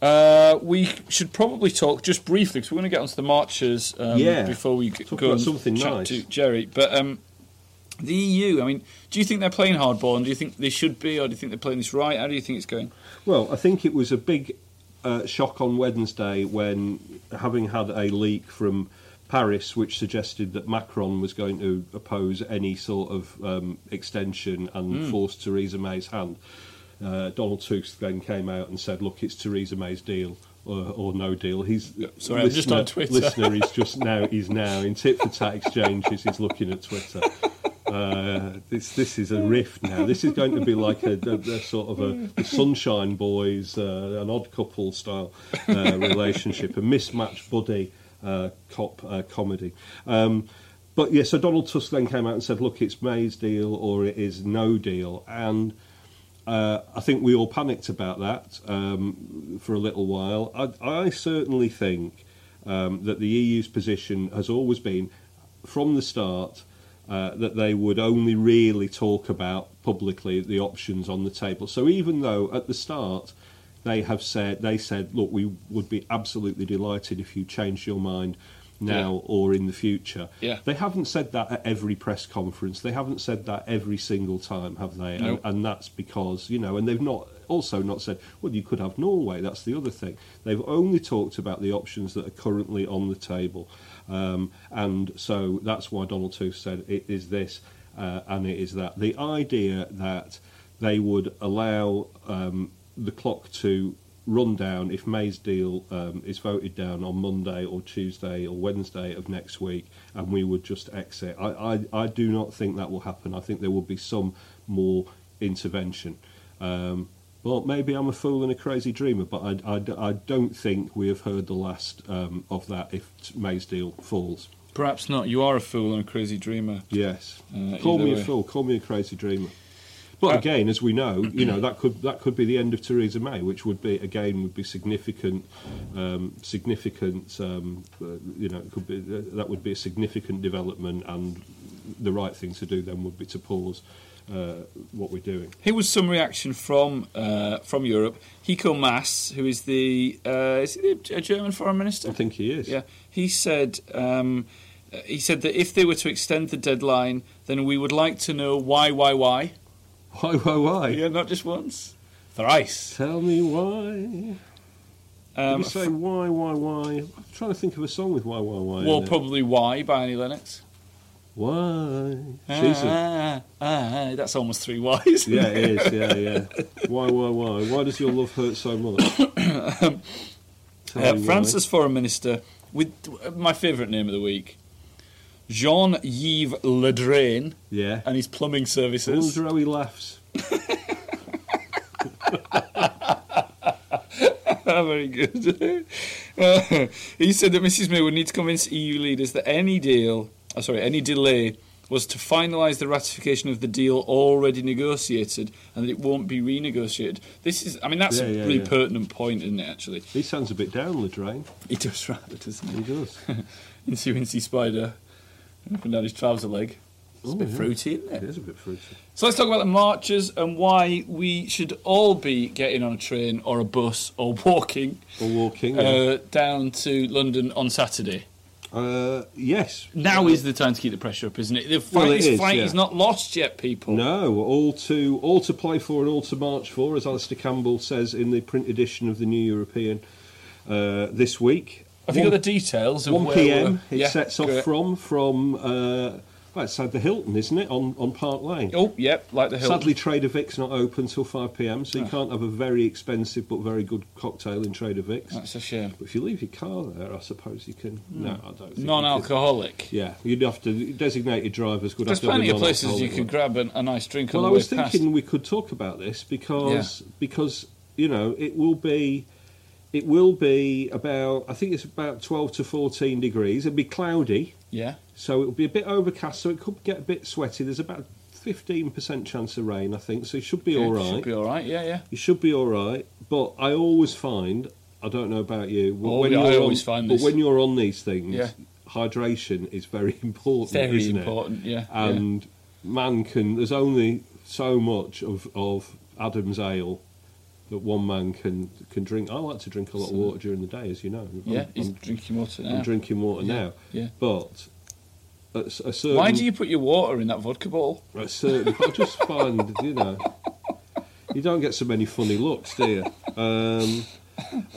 Uh, we should probably talk just briefly because we're going to get onto the marches um,
Yeah.
before we g-
Talk
go
about
and
something
chat
nice.
to Jerry. But um, the EU, I mean, do you think they're playing hardball, and do you think they should be, or do you think they're playing this right? How do you think it's going?
Well, I think it was a big uh, shock on Wednesday when, having had a leak from Paris which suggested that Macron was going to oppose any sort of um, extension and
Hmm.
force Theresa May's hand, uh, Donald Tusk then came out and said, "Look, it's Theresa May's deal." Or, or no deal. He's uh,
sorry, I'm just on Twitter.
Listener is
(laughs)
just now. He's now in tit for tat exchanges. He's looking at Twitter. Uh, this this is a riff now. This is going to be like a, a, a sort of a the Sunshine Boys, uh, an odd couple style uh, relationship, a mismatched buddy uh, cop uh, comedy. Um, but yeah, so Donald Tusk then came out and said, "Look, it's May's deal or it is no deal," and uh, I think we all panicked about that um, for a little while. I, I certainly think um, that the EU's position has always been, from the start, uh, that they would only really talk about publicly the options on the table. So even though at the start they have said they said, look, we would be absolutely delighted if you changed your mind now or in the future.
Yeah.
They haven't said that at every press conference. They haven't said that every single time, have they?
Nope.
And, and that's because, you know, and they've not also not said, well, you could have Norway. That's the other thing. They've only talked about the options that are currently on the table. Um, and so that's why Donald Tusk said it is this uh, and it is that. The idea that they would allow um, the clock to run down if May's deal um, is voted down on Monday or Tuesday or Wednesday of next week, and we would just exit. I, I, I do not think that will happen. I think there will be some more intervention. Um, well, maybe I'm a fool and a crazy dreamer, but I, I d- I don't think we have heard the last um, of that if May's deal falls.
Perhaps not. You are a fool and a crazy dreamer.
Yes.
Uh,
call
either
me
way.
a fool. Call me a crazy dreamer. But
Uh,
again, as we know, you know
(clears throat)
that could that could be the end of Theresa May, which would be again would be significant, um, significant. Um, uh, you know, it could be that would be a significant development, and the right thing to do then would be to pause uh, what we're doing.
Here was some reaction from uh, from Europe. Heiko Maas, who is the uh, is he the- a German foreign minister?
I think he is.
Yeah, he said um, uh, he said that if they were to extend the deadline, then we would like to know why, why, why.
Why? Why? Why?
Yeah, not just once, thrice.
Tell me why. Did
Um,
you say why? Why? Why? I'm trying to think of a song with why? Why? Why? in
well,
it.
probably why by Annie Lennox.
why? Jesus.
Ah, ah, ah, that's almost three whys.
Yeah, it is. Yeah, yeah. Why, why, why? Why does your love hurt so
(coughs)
much? Tell
(laughs) Um, Uh,
me why.
France's foreign minister with uh, my favourite name of the week, Jean-Yves Le Drian,
Yeah.
and his plumbing
I
services.
wonder how he laughs.
Ah, Very good. (laughs) Uh, he said that Mrs May would need to convince EU leaders that any deal, oh, sorry, any delay was to finalise the ratification of the deal already negotiated and that it won't be renegotiated. This is, I mean, that's a
Yeah, yeah,
really
yeah.
pertinent point, isn't it, actually?
He sounds a bit down the drain.
He does (laughs) rather, doesn't
He
(laughs)
does.
he? Insuency Spider, up and down his trouser leg. It's a
Oh,
bit
yeah.
fruity, isn't
It is a bit fruity.
So let's talk about the marches and why we should all be getting on a train or a bus or walking
Or walking. yeah.
uh, down to London on Saturday.
Uh, yes.
Now is the time to keep the pressure up, isn't it? The fight,
Well, it
this
is,
fight
yeah.
is not lost yet, people.
No, all to all to play for and all to march for, as Alistair Campbell says in the print edition of the New European uh, this week.
Have you got
One-
the details of
1
where
p.m.
we're-
It
Yeah,
sets off
great.
from from uh, well, outside the Hilton, isn't it? On on Park Lane.
Oh, yep, like the Ah. hill.
Sadly, Trader Vic's not open till 5 pm, so you can't have a very expensive but very good cocktail in Trader Vic's.
That's Hmm. a shame.
But if you leave your car there, I suppose you can. No, I don't think. you could.
Non-alcoholic.
Yeah, you'd have to. Designated drivers would
There's
have to. have a
plenty of places you
non-alcoholic
could
one.
grab an, a nice drink on
Well, I
the way
was
past.
thinking we could talk about this because because you know it will be it will be about I think it's about 12 to 14 degrees. It'll be cloudy.
Yeah.
So it'll be a bit overcast, so it could get a bit sweaty. There's about a 15% chance of rain, I think, so it should be all
Should
right.
be all right. Yeah, yeah.
You should be all right, but I always find, I don't know about you, w-
Oh, yeah, I
you're
always
on,
find
but
this.
when you're on these things,
Yeah.
hydration is very (laughs) important,
Very
isn't
important,
it?
yeah, yeah.
And man can, there's only so much of, of Adam's ale that one man can, can drink. I like to drink a lot of water during the day, as you know. I'm-
Yeah, he's
I'm,
drinking water now.
I'm drinking water now.
yeah.
But at s- a certain,
Why do you put your water in that vodka bottle?
a certain I just find, you know, you don't get so many funny looks, do you? Um,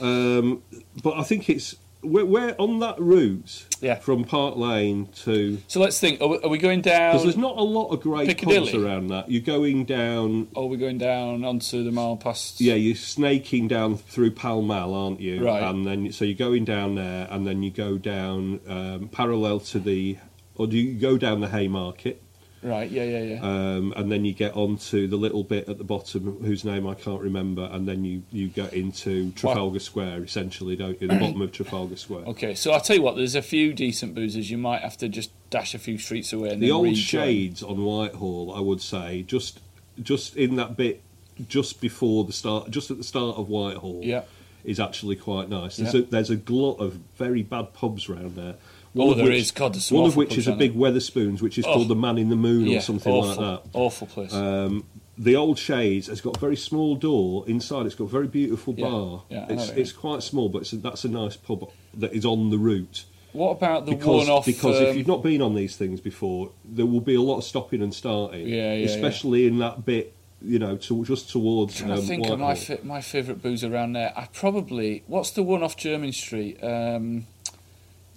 um, but I think it's we're, we're on that route
Yeah.
from Park Lane to
So let's think. Are we, are we going down?
because there's not a lot of great pubs
Piccadilly.
around that. You're going down,
Or are we going down onto the mile past?
yeah, you're snaking down through Pall Mall, aren't you?
Right.
And then so you're going down there, and then you go down um, parallel to the, or do you go down the Haymarket?
Right. Yeah. Yeah. Yeah.
um, and then you get onto the little bit at the bottom whose name I can't remember, and then you, you get into Trafalgar Square essentially, don't you? The bottom of Trafalgar Square.
okay. So I'll tell you what. There's a few decent boozers. You might have to just dash a few streets away and
The
then
old
rejoin.
shades on Whitehall, I would say, just just in that bit just before the start, just at the start of Whitehall,
Yeah.
is actually quite nice. There's,
Yeah.
a, there's a glut of very bad pubs round there.
Oh,
of
there
which-
is. God, there's some
one of
awful
which
pubs
is a
around
big Weatherspoons, which is
Oh.
called the Man in the Moon
Yeah,
or something
awful,
like that.
Awful place.
Um, the old shades has got a very small door inside. It's got a very beautiful
Yeah,
bar.
yeah, I know
it's,
that, yeah.
it's quite small, but it's a, that's a nice pub that is on the route.
what about the
Because,
worn-off?
because
um,
if you've not been on these things before, there will be a lot of stopping and starting.
Yeah, yeah,
especially in that bit, you know, to, just towards.
trying
um,
to think of
Whitehall.
my fa- my favourite booze around there. I probably what's the one off German Street? Um,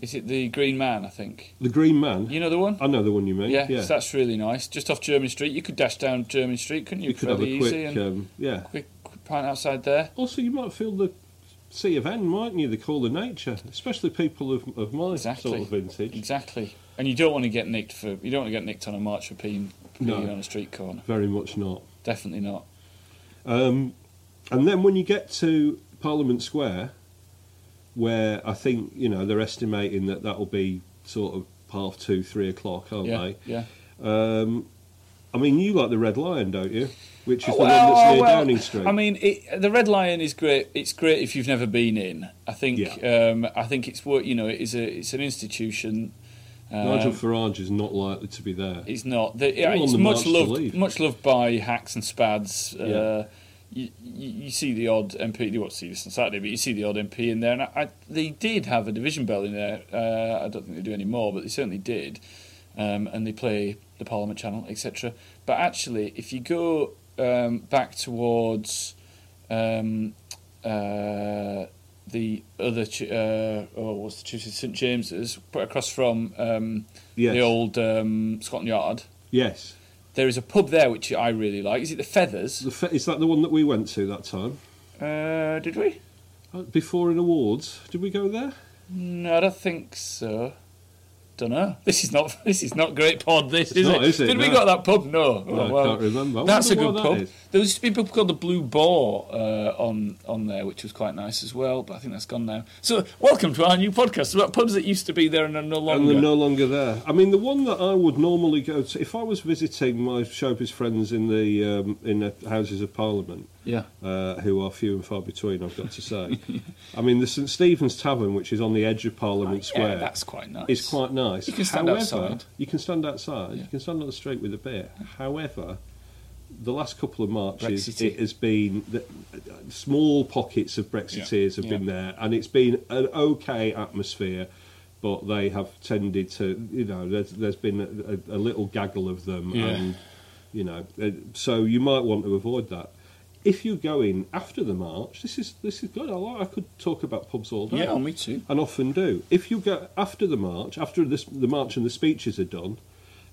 is it the Green Man? I think
the Green Man.
you know the one.
I know the one you mean.
yeah,
Yeah,
so that's really nice. Just off German Street, you could dash down German Street, couldn't you?
you could have
Fairly
a
easy
quick.
and
Um, yeah.
quick pint outside there.
Also, you might feel the sea of N, mightn't you? The call of nature, especially people of, of my
Exactly.
sort of vintage.
Exactly. And you don't want to get nicked for you don't want to get nicked on a march for peeing, peeing
No.
on a street corner.
Very much not.
Definitely not.
Um, and then when you get to Parliament Square, where I think you know they're estimating that that will be sort of half two, three o'clock, aren't
yeah.
they?
Yeah.
Um, I mean, you like the Red Lion, don't you? Which is the one
Well,
that's near
well,
Downing Street.
I mean, it, the Red Lion is great. It's great if you've never been in. I think.
Yeah.
Um, I think it's what you know. It is a. It's an institution. Um,
Nigel Farage is not likely to be there.
It's not. The, yeah,
on
it's
the
much
march to
loved,
leave.
much loved by hacks and spads. Uh,
Yeah.
you, you you see the odd MP. You won't see this on Saturday, but you see the odd MP in there. And I, I, they did have a division bell in there. Uh, I don't think they do anymore, but they certainly did. Um, and they play the Parliament Channel, etc. But actually, if you go um, back towards um, uh, the other, ch- uh, oh, what's the Tuesday? St James's, right across from um,
Yes.
the old um, Scotland Yard.
Yes,
There is a pub there which I really like. Is it the Feathers?
the fe- is that the one that we went to that time
Uh, did we?
Uh, before an awards? Did we go there?
No, I don't think so. Dunno. (laughs) This is not this is not great pod. This is
not,
it?
is it?
Did we
No.
got that pub? No.
No, I can't remember. I
That's a
wonder
good
why that
pub.
is.
There used to be a pub called the Blue Boar uh, on on there, which was quite nice as well. But I think that's gone now. So welcome to our new podcast about pubs that used to be there and are no
And
longer.
they're no longer there. I mean, the one that I would normally go to if I was visiting my showbiz friends in the um, in the Houses of Parliament,
Yeah.
uh, who are few and far between, I've got to
(laughs)
say. I mean, the St Stephen's Tavern, which is on the edge of Parliament
Oh, Yeah,
Square,
that's quite nice.
is quite nice.
You can stand
However,
outside.
You can stand outside.
Yeah.
You can stand on the street with a beer. However, the last couple of marches,
Brexiteer.
it has been the, uh, small pockets of Brexiteers
Yeah,
have been
yeah.
there, and it's been an okay atmosphere. But they have tended to, you know, there's, there's been a, a, a little gaggle of them,
Yeah.
and you know, uh, so you might want to avoid that. If you're going after the march, this is this is good. I, like, I could talk about pubs all day
Yeah, oh, me too.
and often do. If you go after the march, after this, the march and the speeches are done,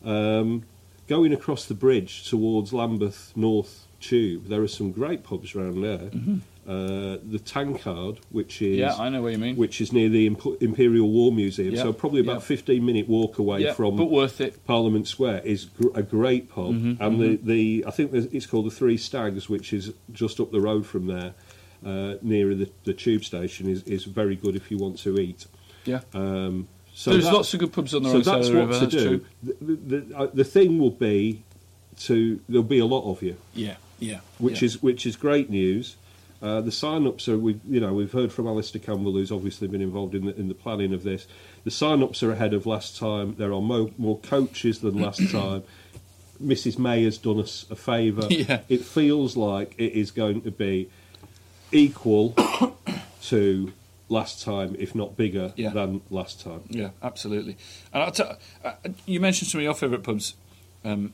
um, going across the bridge towards Lambeth North Tube, there are some great pubs around there. Uh, the Tankard, which
Mm-hmm.
is
Yeah, I know what you mean.
which is near the Imp- Imperial War Museum,
Yeah,
so probably about
yeah.
fifteen minute walk away
yeah,
from
but Mm-hmm, worth it.
Parliament Square is gr- a great pub, and the the I think there's- it's called the Three Stags, which is just up the road from there, uh, nearer the, the tube station, is, is very good if you want to eat.
Yeah.
Um, so
There's
that-
lots of good pubs on the
so
wrong side
that's
of the
what
river,
to
that's
do.
true.
The, the, uh, the thing will be to there'll be a lot of you,
Yeah, yeah.
which
yeah.
is which is great news. Uh, the sign-ups are we you know we've heard from Alistair Campbell who's obviously been involved in the in the planning of this. The sign-ups are ahead of last time. There are mo- more coaches than
(clears throat)
last time. Mrs May has done us a favour.
(laughs) Yeah.
It feels like it is going to be
(coughs)
equal to last time, if not bigger
Yeah.
than last time.
Yeah, absolutely. And I'll t- uh, you mentioned some of your favourite pubs um,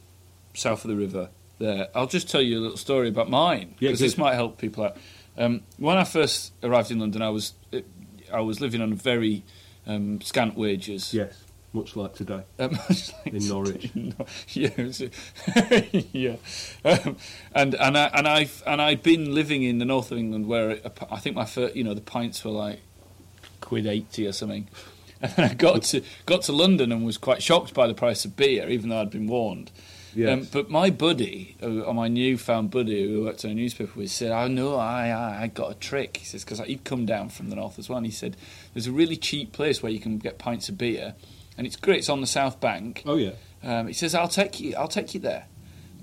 south of the river there. I'll just tell you a little story about mine
Yeah,
because this
good.
might help people out. Um, when I first arrived in London, I was uh, I was living on very um, scant wages.
Yes, much like today.
Um, (laughs) it's like-
In Norwich.
(laughs) yeah, it was- (laughs) yeah. Um, and and I and I and I'd been living in the north of England where a p- I think my first, you know, the pints were like quid eighty or something. (laughs) And then I got to got to London and was quite shocked by the price of beer, even though I'd been warned. Um,
Yes.
but my buddy, uh, or my newfound buddy who worked on a newspaper with, said, "I know, I, I, I got a trick." He says because he'd come down from the north as well. And he said, "There's a really cheap place where you can get pints of beer, and it's great. It's on the South Bank."
Oh yeah.
Um, he says, "I'll take you. I'll take you there."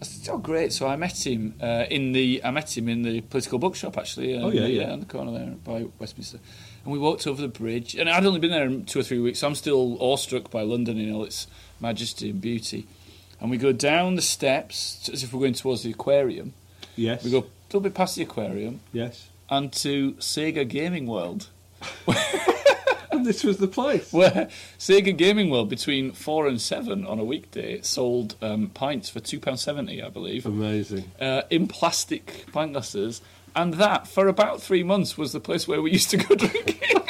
I said, "Oh, great!" So I met him uh, in the I met him in the political bookshop actually. uh,
Oh, yeah, yeah.
on the corner there by Westminster, and we walked over the bridge. And I'd only been there in two or three weeks. so I'm still awestruck by London in all its majesty and beauty. And we go down the steps t- as if we're going towards the aquarium.
Yes.
We go a little bit past the aquarium
Yes.
and to Sega Gaming World.
And this was the place.
where (laughs) Sega Gaming World between four and seven on a weekday sold um, pints for two pound seventy, I believe,
Amazing.
uh, in plastic pint glasses, and that for about three months was the place where we (laughs) used to go drinking.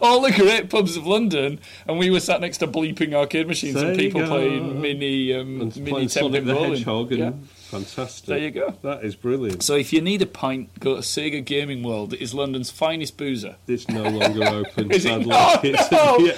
All the great pubs of London, and we were sat next to bleeping arcade machines and people
Sega.
playing mini um,
And
mini
playing Sonic
temping
the
bowling.
Hedgehog and
Yeah.
fantastic.
There you go.
That is brilliant.
So if you need a pint, go to Sega Gaming World. It is London's finest boozer.
It's no
(laughs)
longer open.
Is it?
sadly.
No,
It's-
no,
(laughs) yeah.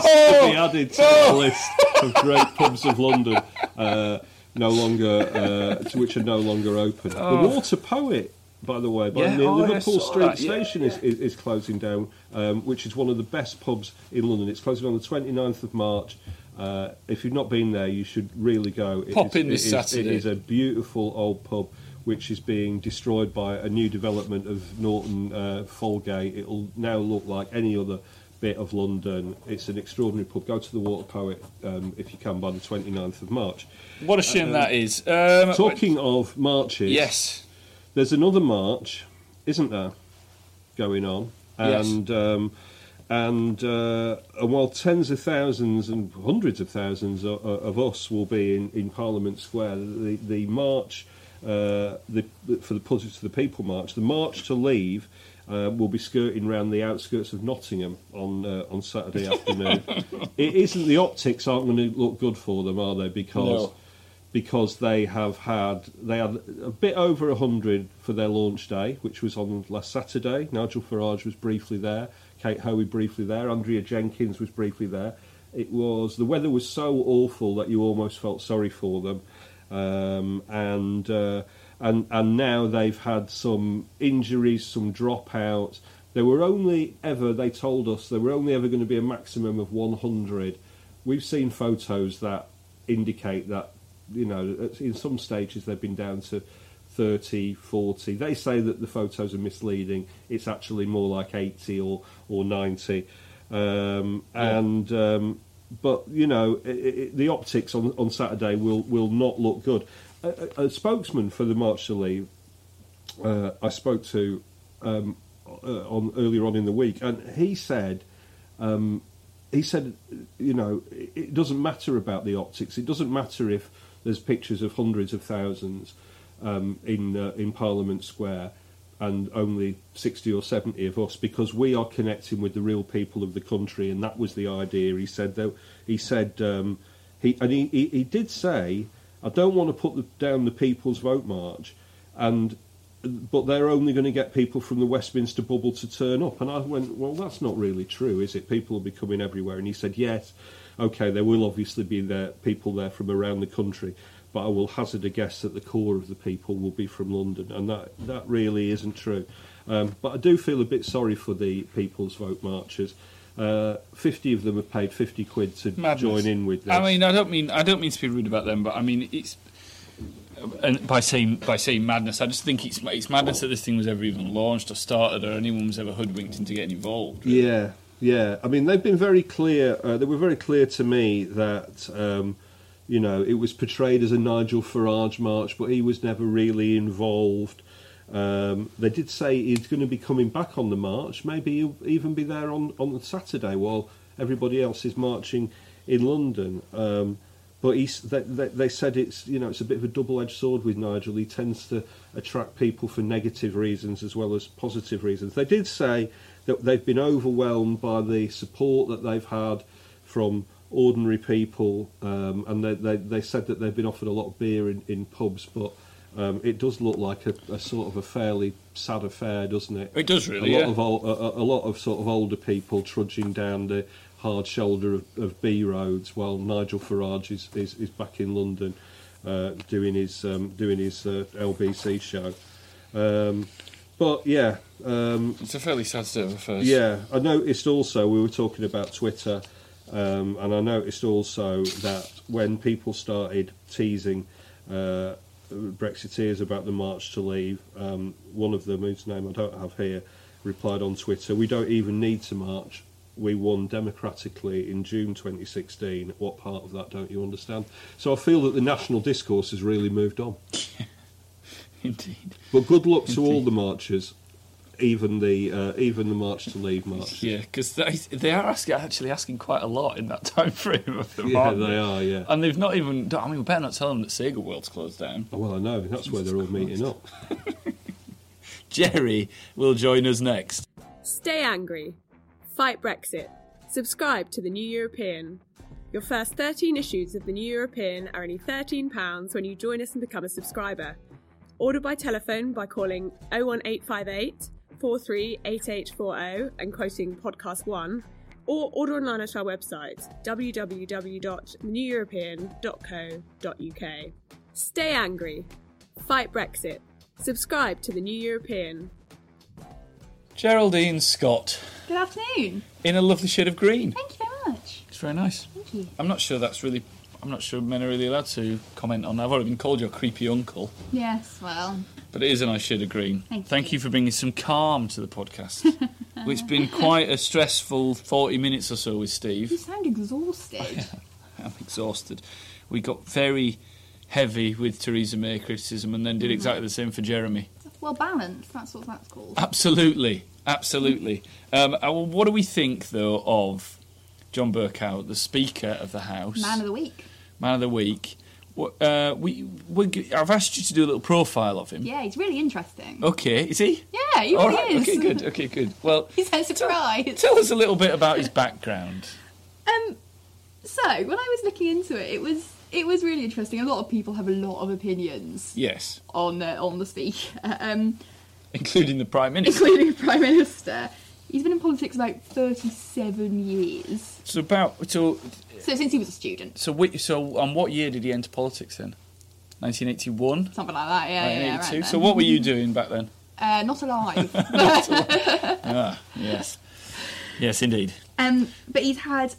to be
no!
added to the list of great pubs of London, uh, no longer uh, to which are no longer open. The Water Poet, by the way, by
Oh. Yeah,
near
oh, yeah, I
Liverpool
saw
Street
that, yeah,
Station, Is, is, is closing down, um, which is one of the best pubs in London. It's closing on the 29th of March. Uh, if you've not been there, you should really go. It
Pop
is-
in this
it is-
Saturday.
It is a beautiful old pub. Which is being destroyed by a new development of Norton uh, Folgate. It'll now look like any other bit of London. It's an extraordinary pub. Go to the Water Poet um, if you can by the 29th of March.
What a shame that is. Um,
Talking of marches,
yes,
there's another march, isn't there, going on?
Yes.
And um, and, uh, and while tens of thousands and hundreds of thousands of, of us will be in, in Parliament Square, the the march uh, the, for the Politics of the People march, the march to leave. Uh, will be skirting round the outskirts of Nottingham on uh, on Saturday
(laughs)
afternoon. It isn't the optics aren't going to look good for them, are they? Because
No.
because they have had they had a bit over hundred for their launch day, which was on last Saturday. Nigel Farage was briefly there, Kate Hoey briefly there, Andrea Jenkins was briefly there. It was the weather was so awful that you almost felt sorry for them, um, and uh, and and now they've had some injuries, some dropouts. There were only ever they told us there were only ever going to be a maximum of one hundred. We've seen photos that indicate that you know at- in some stages they've been down to 30 40 they say that the photos are misleading it's actually more like 80 or or 90 um, and um, but you know i i the optics on on Saturday will will not look good a, a, a spokesman for the march to leave uh, I spoke to um, uh, on earlier on in the week, and he said, um, he said, you know, it, it doesn't matter about the optics. It doesn't matter if there's pictures of hundreds of thousands um, in uh, in Parliament Square and only 60 or 70 of us because we are connecting with the real people of the country and that was the idea he said though he said um, he and he, he, he did say I don't want to put the, down the people's vote march and but they're only going to get people from the Westminster bubble to turn up. And I went, well, that's not really true, is it? People will be coming everywhere. And he said, yes, okay, there will obviously be there people there from around the country, but I will hazard a guess that the core of the people will be from London, and that that really isn't true. Um, but I do feel a bit sorry for the people's vote marchers. Uh, fifty of them have paid fifty quid to
Madness.
join in with this.
I mean, I don't mean I don't mean to be rude about them, but I mean it's and by saying by saying madness, I just think it's it's madness that this thing was ever even launched or started, or anyone was ever hoodwinked into getting involved. really.
Yeah, yeah. I mean, they've been very clear. Uh, they were very clear to me that um, you know it was portrayed as a Nigel Farage march, but he was never really involved. Um, they did say he's going to be coming back on the march. Maybe he'll even be there on on Saturday while everybody else is marching in London. Um, but he's, they, they, they said it's you know it's a bit of a double-edged sword with Nigel. He tends to attract people for negative reasons as well as positive reasons. They did say that they've been overwhelmed by the support that they've had from ordinary people, um, and they, they, they said that they've been offered a lot of beer in, in pubs, but um, it does look like a, a sort of a fairly sad affair, doesn't it?
It does really,
a lot
yeah.
of ol- a, a- a lot of sort of older people trudging down the hard shoulder of, of B roads while Nigel Farage is, is, is back in London uh, doing his um, doing his uh, LBC show. Um, but yeah, um,
It's a fairly sad state of affairs.
yeah, I noticed also we were talking about Twitter, um, and I noticed also that when people started teasing uh, Brexiteers about the march to leave. Um, one of them, whose name I don't have here, replied on Twitter, "We don't even need to march. We won democratically in June 2016. What part of that don't you understand?" So I feel that the national discourse has really moved on.
(laughs) Indeed.
But good luck to all the marches, even the uh, even the march to leave march.
Yeah, because they, they are asking, actually asking quite a lot in that (laughs) time frame of them.
Yeah,
aren't
they are. Yeah.
And they've not even. I mean, we better not tell them that Sega World's closed down.
Oh, Well, I know that's where they're all meeting up.
Jerry will join us next.
Stay angry. Fight Brexit. Subscribe to The New European. Your first 13 issues of The New European are only £13 when you join us and become a subscriber. Order by telephone by calling 01858 438840 and quoting podcast 1, or order online at our website www.neweuropean.co.uk. Stay angry. Fight Brexit. Subscribe to The New European.
Geraldine Scott
Good afternoon.
in a lovely shade of green.
Thank you very much.
It's very nice.
Thank you.
I'm not sure that's really. I'm not sure men are really allowed to comment on. that. I've already been called your creepy uncle,
Yes, well,
but it is a nice shade of green.
Thank
Thank
you.
you for bringing some calm to the podcast.
(laughs)
it's been quite a stressful 40 minutes or so with Steve.
you
(laughs)
sound exhausted.
I'm exhausted. We got very heavy with Theresa May criticism and then
Mm-hmm.
did exactly the same for Jeremy.
well, balanced, that's what that's called.
Absolutely, absolutely. Um, uh, well, what do we think, though, of John Burkow, the Speaker of the House,
Man of the week.
Man of the Week? Wh- Uh, we, we, g- I've asked you to do a little profile of him.
Yeah, he's really interesting.
Okay, is he?
Yeah, he
All
really
right,
is.
Oh. Okay, good. Okay, good. Well,
(laughs) He's so surprised.
tell us a little bit about his background.
Um, so when I was looking into it, it was it was really interesting. A lot of people have a lot of opinions
Yes,
on uh, on the speaker, (laughs) um,
including the Prime Minister.
including prime minister. He's been in politics about thirty-seven years,
So about so
so since he was a student,
so whi- so on what year did he enter politics then? 1981,
something like that. Uh, Yeah, yeah, yeah,
1982.
around
so
then.
what were you doing back then?
Uh, not alive.
Yes. Yes, indeed.
Um, but he's had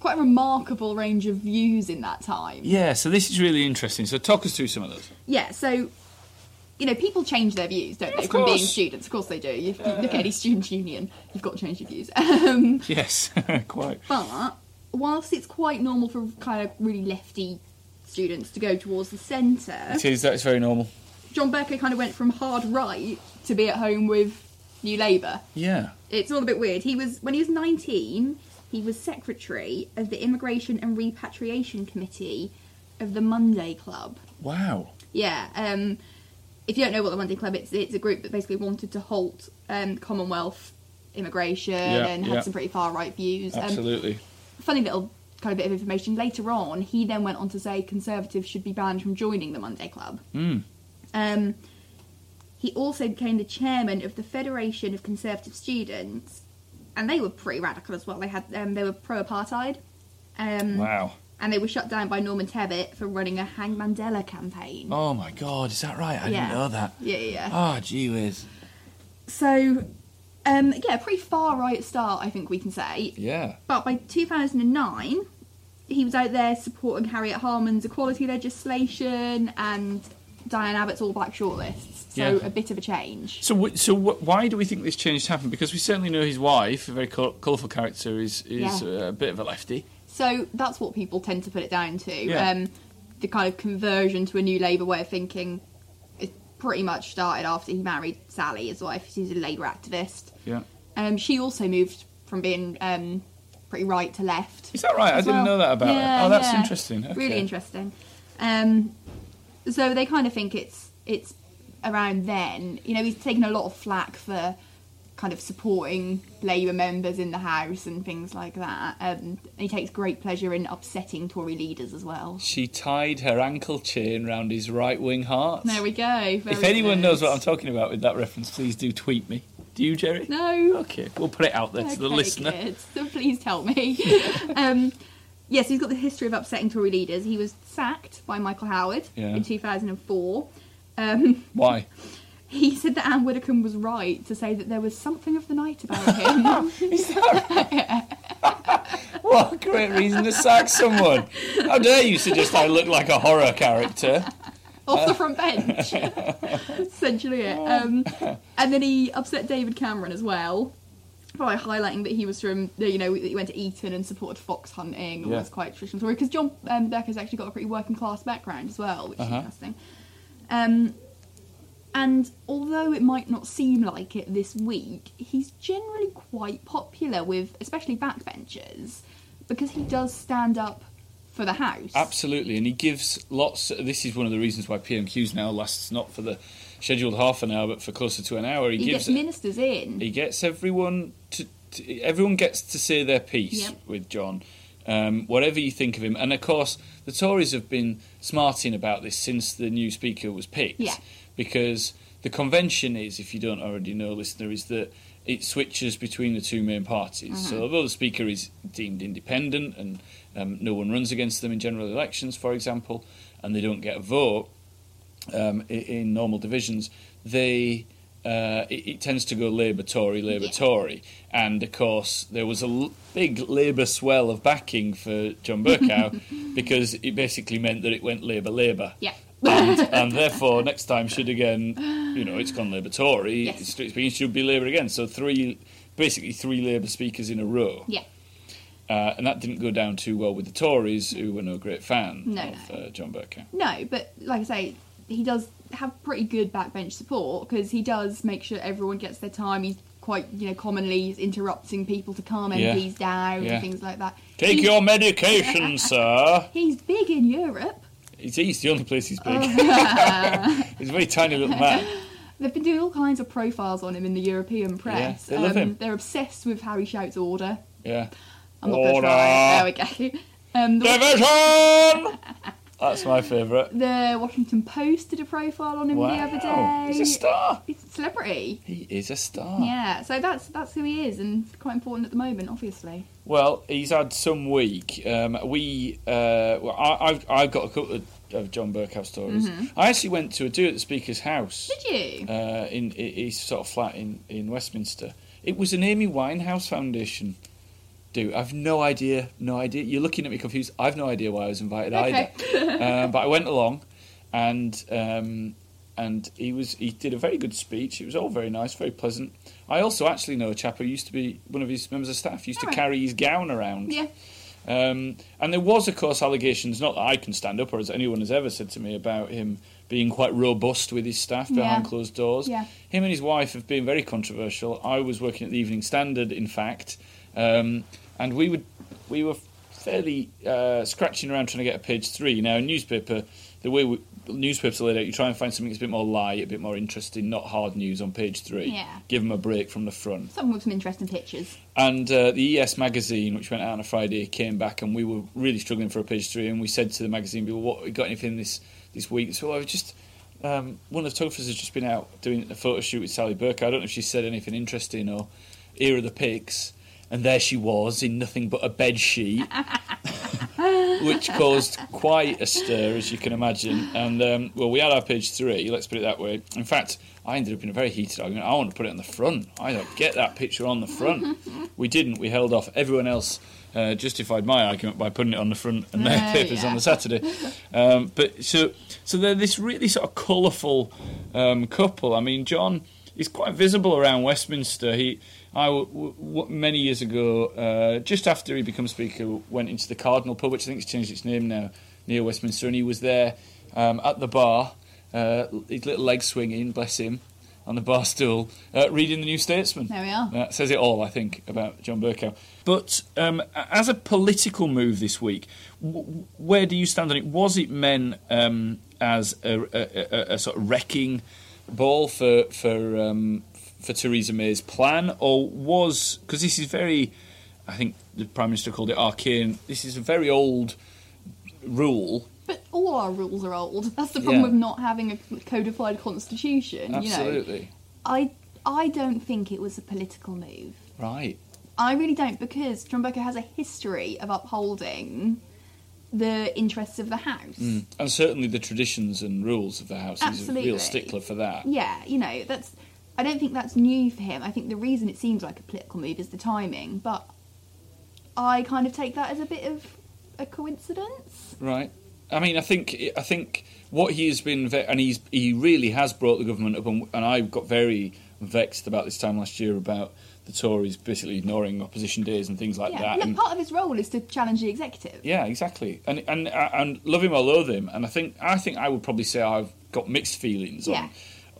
quite a remarkable range of views in that time.
Yeah, so this is really interesting. So talk us through some of those.
Yeah, so you know, people change their views, don't they,
of
from being
course.
students? Of course they do. If you look at any student union, you've got to change your views. (laughs) Um,
Yes, (laughs) quite.
but whilst it's quite normal for kind of really lefty students to go towards the centre,
It is, that's very normal.
John Berker kind of went from hard right to be at home with New Labour.
Yeah.
it's all a bit weird. He was when he was 19, he was secretary of the Immigration and Repatriation Committee of the Monday Club.
Wow.
Yeah, um if you don't know what the Monday Club is, it's a group that basically wanted to halt um, Commonwealth immigration
Yeah,
and had
yeah.
some pretty far right views. Um,
Absolutely.
funny little kind of bit of information. Later on, he then went on to say Conservatives should be banned from joining the Monday Club.
Hmm.
Um, he also became the chairman of the Federation of Conservative Students, and they were pretty radical as well. They had um, they were pro-apartheid, um,
wow.
and they were shut down by Norman Tebbit for running a Hang Mandela campaign.
Oh my god, is that right? I
Yeah.
didn't know that.
Yeah, yeah, yeah.
Ah, gee whiz.
So, um, yeah, pretty far right start, I think we can say.
Yeah.
But by 2009, he was out there supporting Harriet Harman's equality legislation and Diane Abbott's All Black shortlists. So
Yeah.
a bit of a change.
So, wh- so wh- why do we think this change happened? Because we certainly know his wife, a very col- colourful character, is is
Yeah.
uh, a bit of a lefty.
So that's what people tend to put it down to.
Yeah.
Um, the kind of conversion to a new Labour way of thinking it pretty much started after he married Sally, his wife. She's a Labour activist.
Yeah.
Um, she also moved from being um, pretty right to left.
Is that right? I
as
didn't
well.
know that about her.
Yeah,
Oh, that's
yeah.
interesting. Okay.
Really interesting. Um, so they kind of think it's it's around then. You know, he's taken a lot of flack for kind of supporting Labour members in the House and things like that. Um, and he takes great pleasure in upsetting Tory leaders as well.
She tied her ankle chain round his right wing heart.
There we go.
If anyone knows what I'm talking about with that reference, please do tweet me. Do you, Jerry?
No.
Okay, we'll put it out there to the
Okay,
listener.
good. So please
(laughs)
tell me. um, yes, he's got the history of upsetting Tory leaders. He was sacked by Michael Howard
Yeah.
in 2004. Um, (laughs)
Why?
he said that Anne Widdecombe was right to say that there was something of the night about
(laughs)
him.
Is that right? what a great reason to sack someone. How dare you suggest I look like a horror character?
off
Uh.
the
(laughs)
front bench. Essentially, it. Um, and then he upset David Cameron as well by highlighting that he was from, you know, that he went to Eton and supported fox hunting. and
Yeah.
was quite traditional story because John um, Becker's actually got a pretty working class background as well, which
Uh-huh.
is interesting. Um, and although it might not seem like it this week, he's generally quite popular with, especially backbenchers, because he does stand up for the house.
Absolutely, and he gives lots. This is one of the reasons why PMQs now lasts not for the scheduled half an hour, but for closer to an hour. He,
He
gives
gets ministers in.
he gets everyone to, to everyone gets to say their piece
Yep.
with John. Um, whatever you think of him, and of course the Tories have been smarting about this since the new speaker was picked,
Yeah.
because the convention is, if you don't already know, listener, is that it switches between the two main parties.
Mm-hmm.
So although the speaker is deemed independent and um, no one runs against them in general elections, for example, and they don't get a vote, um, i- in normal divisions, they uh, it, it tends to go Labour Tory Labour Tory, and of course there was a l- big Labour swell of backing for John
(laughs)
Burkow because it basically meant that it went Labour Labour,
Yeah.
and, and therefore next time should again, you know, it's gone Labour Tory,
Yes.
it's, it's been- it should be Labour again. So three, basically three Labour speakers in a row.
Yeah.
Uh, and that didn't go down too well with the Tories, who were no great fan
No,
of
no.
Uh, John Burkow.
No, but like I say, he does have pretty good backbench support because he does make sure everyone gets their time. He's quite, you know, commonly he's interrupting people to calm
Yeah.
MPs down
Yeah.
and things like that.
Take
He's- (laughs)
your medication, sir.
He's big in Europe.
It's he's the only place he's big.
Oh.
(laughs) he's a very tiny little man.
They've been doing all kinds of profiles on him in the European press. Um,
they love him.
They're obsessed with how he shouts order.
Yeah.
I'm not going to try. it. There we go. (laughs) Um, the,
Division! That's my favourite.
the Washington Post did a profile on him the other
Wow.
day.
He's a star.
He's a celebrity.
He is a star.
Yeah, so that's that's who he is, and quite important at the moment, obviously.
Well, he's had some week. Um, we, uh, well, I, I've, I've got a couple of, of John Burkow stories. I actually went to a do at the Speaker's house.
Mm-hmm. Did you?
Uh, in i- his sort of flat in, in Westminster. It was an Amy Winehouse Foundation. Do I've no idea, no idea. You're looking at me confused. I've no idea why I was invited
Okay. (laughs)
either. um, but I went along, and um, and he was he did a very good speech. It was all very nice, very pleasant. I also actually know a chap who used to be one of his members of staff used to
Alright.
carry his gown around.
Ah. Yeah.
Um, and there was, of course, allegations, not that I can stand up or as anyone has ever said to me, about him being quite robust with his staff behind
Yeah.
closed doors.
Yeah.
Him and his wife have been very controversial. I was working at the Evening Standard, in fact, um, and we would we were fairly uh, scratching around trying to get a page three. Now, a newspaper, the way we, newspapers are laid out, you try and find something that's a bit more light, a bit more interesting, not hard news on page three.
Yeah.
Give them a break from the front.
Someone with some interesting pictures.
And uh, the ES magazine, which went out on a Friday, came back, and we were really struggling for a page three. And we said to the magazine people, "What we got anything this this week?" So I was just um, one of the photographers has just been out doing a photo shoot with Sally Burke. I don't know if she said anything interesting or here are the pics. And there she was in nothing but a bed
(laughs)
sheet, which caused quite a stir, as you can imagine. And um, well, we had our page three. Let's put it that way. In fact, I ended up in a very heated argument. I want to put it on the front. I don't get that picture on the
(laughs)
front. we didn't. We held off. Everyone else uh, justified my argument by putting it on the front and their
Oh,
papers on
yeah.
the Saturday. Um, but so so they're this really sort of colourful um, couple. I mean, John is quite visible around Westminster. He, I, w- w- w- many years ago, uh, just after he became speaker, went into the Cardinal Pub, which I think has changed its name now, near Westminster, and he was there um, at the bar, uh, his little leg swinging, bless him. On the bar stool, uh, reading the New Statesman. Uh,
There we are.
That says it all, I think, about John Burkow. But um, a- as a political move this week, w- where do you stand on it? Was it meant um, as a, a, a, a sort of wrecking ball for for um, for Theresa May's plan, or was because this is very, I think the Prime Minister called it arcane. This is a very old rule.
But all our rules are old. (laughs) That's the problem
Yeah.
with not having a codified constitution. You know,
Absolutely
I I don't think it was a political move.
right.
I really don't because John Burko has a history of upholding the interests of the house.
And certainly the traditions and rules of the house. He's a real
Absolutely.
stickler for that.
Yeah, you know, that's. I don't think that's new for him. I think the reason it seems like a political move is the timing, but I kind of take that as a bit of a coincidence.
Right. I mean, I think I think what he has been, ve- and he's he really has brought the government up, on, and I got very vexed about this time last year about the Tories basically ignoring opposition days and things like
yeah,
that.
look,
and-
part of his role is to challenge the executive.
yeah, exactly. And and and love him or loathe him, and I think I think I would probably say I've got mixed feelings
Yeah.
on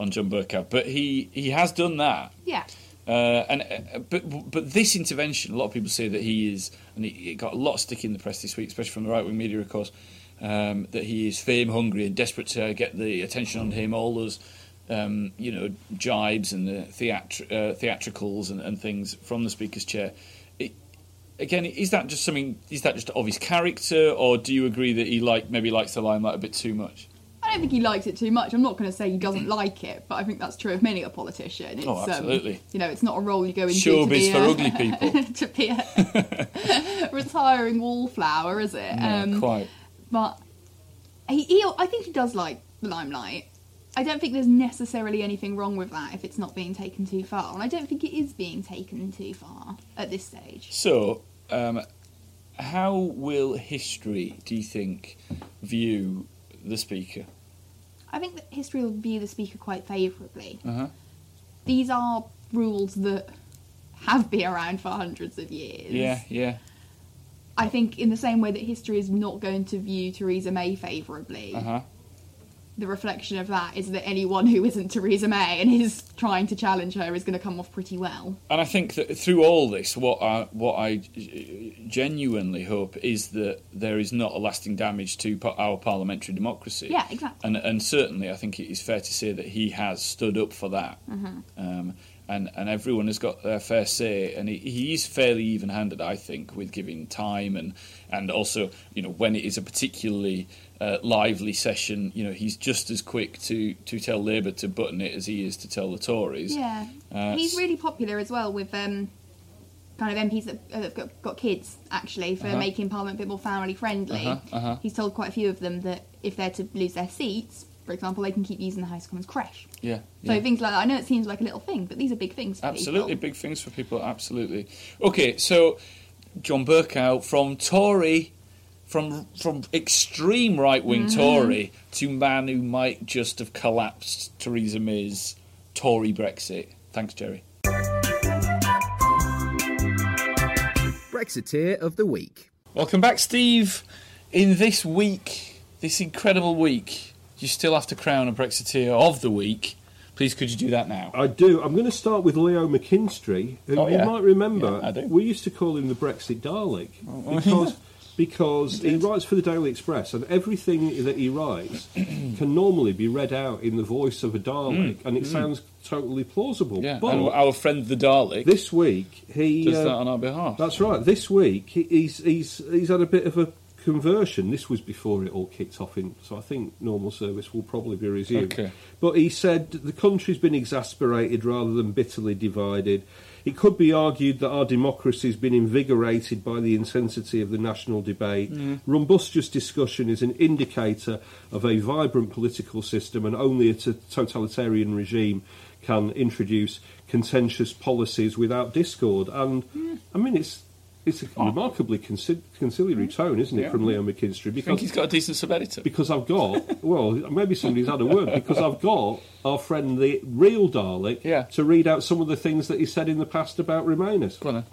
on John Burkhardt, but he he has done that.
Yeah.
Uh, and uh, but but this intervention, a lot of people say that he is, and it, it got a lot of stick in the press this week, especially from the right wing media, of course, um, that he is fame hungry and desperate to get the attention on him. All those, um, you know, jibes and the theatr- uh, theatricals and, and things from the speaker's chair. It, again, is that just something? Is that just of his character, or do you agree that he like maybe likes the limelight a bit too much?
I don't think he likes it too much. I'm not going to say he doesn't like it, but I think that's true of many a politician. It's,
Oh, absolutely.
Um, you know, it's not a role you go into. to
Showbiz
be
for
a-
ugly people.
(laughs) to be a
(laughs)
retiring wallflower, is it? Um,
No, quite.
But he, he, I think he does like the limelight. I don't think there's necessarily anything wrong with that if it's not being taken too far, and I don't think it is being taken too far at this stage.
So, um, how will history, do you think, view the speaker?
I think that history will view the speaker quite favourably. These are rules that have been around for hundreds of years.
Yeah, yeah.
I think in the same way that history is not going to view Theresa May favourably,
Uh huh.
the reflection of that is that anyone who isn't Theresa May and is trying to challenge her is going to come off pretty well.
And I think that through all this, what I what I genuinely hope is that there is not a lasting damage to pa- our parliamentary democracy.
Yeah, exactly.
And and certainly, I think it is fair to say that he has stood up for that.
Mm-hmm.
Um, and and everyone has got their fair say, and he, he is fairly even-handed, I think, with giving time and and also you know when it is a particularly uh, lively session, you know he's just as quick to to tell Labour to button it as he is to tell the Tories.
Yeah,
Uh,
he's
s-
really popular as well with um, kind of MPs that uh, have got, got kids actually for making Parliament a bit more family friendly.
Uh-huh, uh-huh.
He's told quite a few of them that if they're to lose their seats, for example, they can keep using the House of Commons creche.
Yeah.
So
yeah.
things like that. I know it seems like a little thing, but these are big things. For
Absolutely,
people.
big things for people. Absolutely. Okay, so John Burkow from Tory, from from extreme right wing Tory to man who might just have collapsed Theresa May's Tory Brexit. Thanks, Jerry.
Brexiteer of the Week.
Welcome back, Steve. In this week, this incredible week, you still have to crown a Brexiteer of the week. Please, could you do that now?
I do. I'm going to start with Leo McKinstry, who
Oh, yeah.
you might remember.
Yeah, I do. Oh,
We used to call him the Brexit Dalek because because he writes for the Daily Express, and everything that
(clears throat)
he writes can normally be read out in the voice of a Dalek, and it sounds totally plausible.
Mm, Yeah,
but
and our friend the Dalek
this week he
does
uh,
that on our behalf.
That's right. This week he- he's he's he's had a bit of a conversion. This was before it all kicked off, in so I think normal service will probably be resumed.
Okay.
But he said the country's been exasperated rather than bitterly divided. It could be argued that our democracy has been invigorated by the intensity of the national debate. Rumbustious discussion is an indicator of a vibrant political system, and only a t- totalitarian regime can introduce contentious policies without discord. And I mean, it's it's a remarkably consi- conciliatory tone, isn't it,
Oh. Yeah.
from Leo McKinstry?
I think he's got a decent sub editor.
because I've got well, maybe somebody's had a word because I've got our friend the real Dalek
Yeah.
to read out some of the things that he said in the past about Remainers.
Go on then.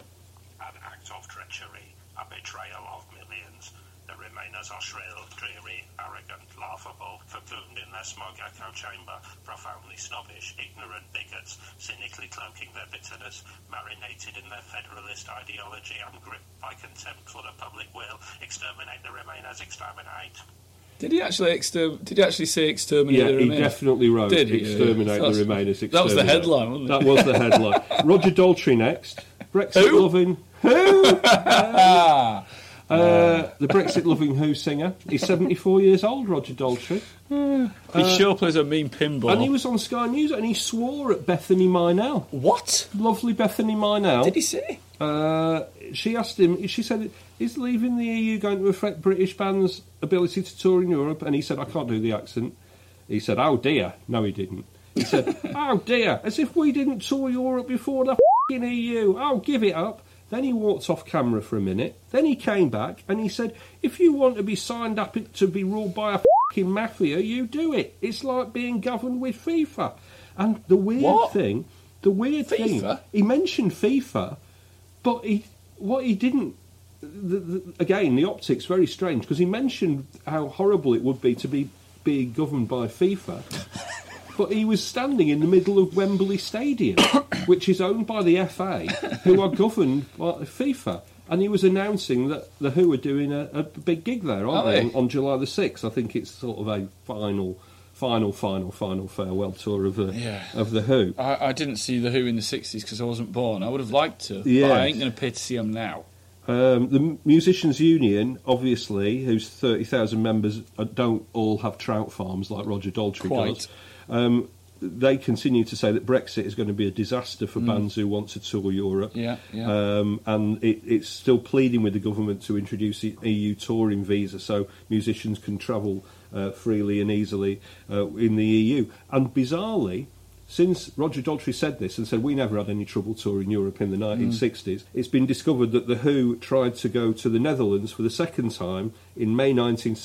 an act of treachery, a betrayal of millions. The remainers are shrill, dreary, arrogant, laughable, cocooned in their smug echo chamber, profoundly snobbish, ignorant bigots, cynically cloaking their bitterness, marinated in their federalist ideology and gripped by contempt for the public will. Exterminate the remainers, exterminate.
Did he actually exter- Did he actually say exterminate
Yeah,
the
he
Remainers?
definitely wrote
Did he?
"Exterminate
That's-
the Remainers." Exterminate.
That was the headline, wasn't it?
That was the
(laughs)
headline. Roger Daltrey next. Brexit loving
(laughs)
who?
Ah!
Uh, the Brexit loving Who singer. He's 74 years old, Roger Daltrey.
he sure plays a mean pinball.
And he was on Sky News and he swore at Bethany Minell.
what
Lovely Bethany Minell.
did he say?
Uh, she asked him, she said, Is leaving the EU going to affect British bands' ability to tour in Europe? And he said, I can't do the accent. He said, Oh dear. No, he didn't.
(laughs)
He said, E Oh dear, as if we didn't tour Europe before the fing EU. Oh, give it up. Then he walked off camera for a minute. Then he came back and he said, If you want to be signed up to be ruled by a fing mafia, you do it. It's like being governed with FIFA. And the weird
What?
thing, the weird
FIFA?
thing, he mentioned FIFA, but he what he didn't. The, the, again, the optics very strange because he mentioned how horrible it would be to be being governed by
(laughs)
FIFA, but he was standing in the middle of Wembley
(coughs)
Stadium, which is owned by the FA, who are governed by FIFA. And he was announcing that the Who are doing a, a big gig there, aren't
Are
they?
they?
On, on July the sixth, I think it's sort of a final, final, final, final farewell tour of the
Yeah.
of the Who.
I, I didn't see The Who in the 60s because I wasn't born. I would have liked to, but I
Yes.
ain't going to pay to see them now.
Um, the Musicians Union, obviously, whose 30,000 members uh, don't all have trout farms like Roger Daltrey
Quite.
does, um, they continue to say that Brexit is going to be a disaster for bands who want to tour Europe.
Mm. Yeah, yeah.
Um, and it, it's still pleading with the government to introduce the EU touring visa so musicians can travel uh, freely and easily uh, in the EU. And bizarrely, since Roger Daltrey said this and said we never had any trouble touring Europe in the
Mm.
1960s, it's been discovered that The Who tried to go to the Netherlands for the second time in May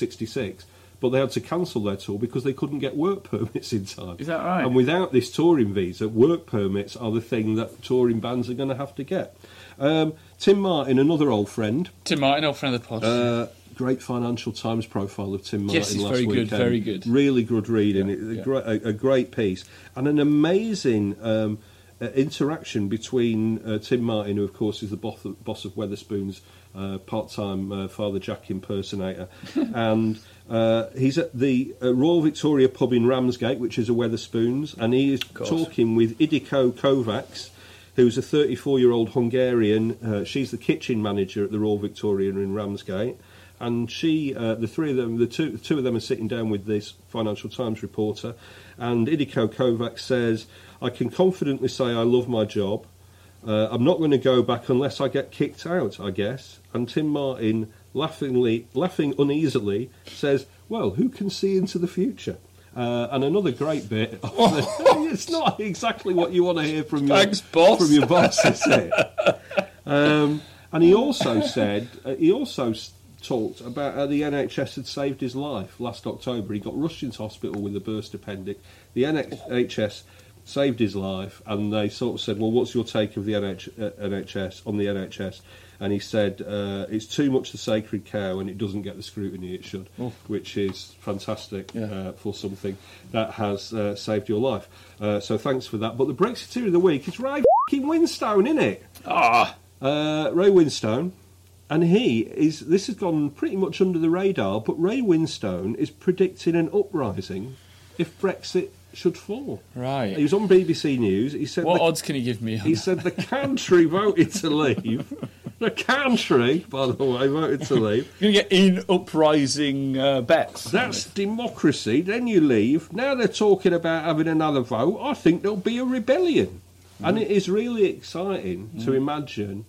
1966, but they had to cancel their tour because they couldn't get work permits in time.
Is that right?
And without this touring visa, work permits are the thing that touring bands are going to have to get. Um, Tim Martin, another old friend,
Tim Martin, old friend of the pod.
uh, great Financial Times profile of Tim Martin
Yes, it's
last
very good,
weekend.
very good.
Really good reading.
Yeah,
It- a,
yeah.
gre- a, a great piece and an amazing um, uh, interaction between uh, Tim Martin, who of course is the boss of, boss of Weatherspoon's uh, part-time uh, Father Jack impersonator, (laughs) and. Uh, he's at the uh, Royal Victoria pub in Ramsgate, which is a Weatherspoons, and he is
course.
talking with Idiko Kovacs, who's a 34 year old Hungarian. Uh, she's the kitchen manager at the Royal Victoria in Ramsgate. And she, uh, the three of them, the two, the two of them are sitting down with this Financial Times reporter. And Idiko Kovacs says, I can confidently say I love my job. Uh, I'm not going to go back unless I get kicked out, I guess. And Tim Martin, laughingly, laughing uneasily, says, "Well, who can see into the future?" Uh, and another great bit.
(laughs)
Of the, (laughs) it's not exactly what you want to hear from your
Thanks, boss.
from your boss, is it? Um, and he also said uh, he also s- talked about how the NHS had saved his life last October. He got rushed into hospital with a burst appendix. The NHS saved his life, and they sort of said, "Well, what's your take of the NH- uh, NHS on the NHS?" And he said, uh, "It's too much the sacred cow, and it doesn't get the scrutiny it should," which is fantastic
Oh. Yeah.
uh, for something that has uh, saved your life. Uh, so thanks for that. But the Brexiteer of the week is Ray fing Winstone, isn't it?
Ah,
uh, Ray Winstone, and he is. This has gone pretty much under the radar, but Ray Winstone is predicting an uprising if Brexit should fall.
Right.
He was on BBC News. He said.
what
the,
odds can you give me on
He said the country voted to leave. The country, by the way, voted to leave.
You're going to get in uprising uh, bets.
That's democracy. Then you leave. Now they're talking about having another vote. I think there'll be a rebellion. And it is really exciting to imagine,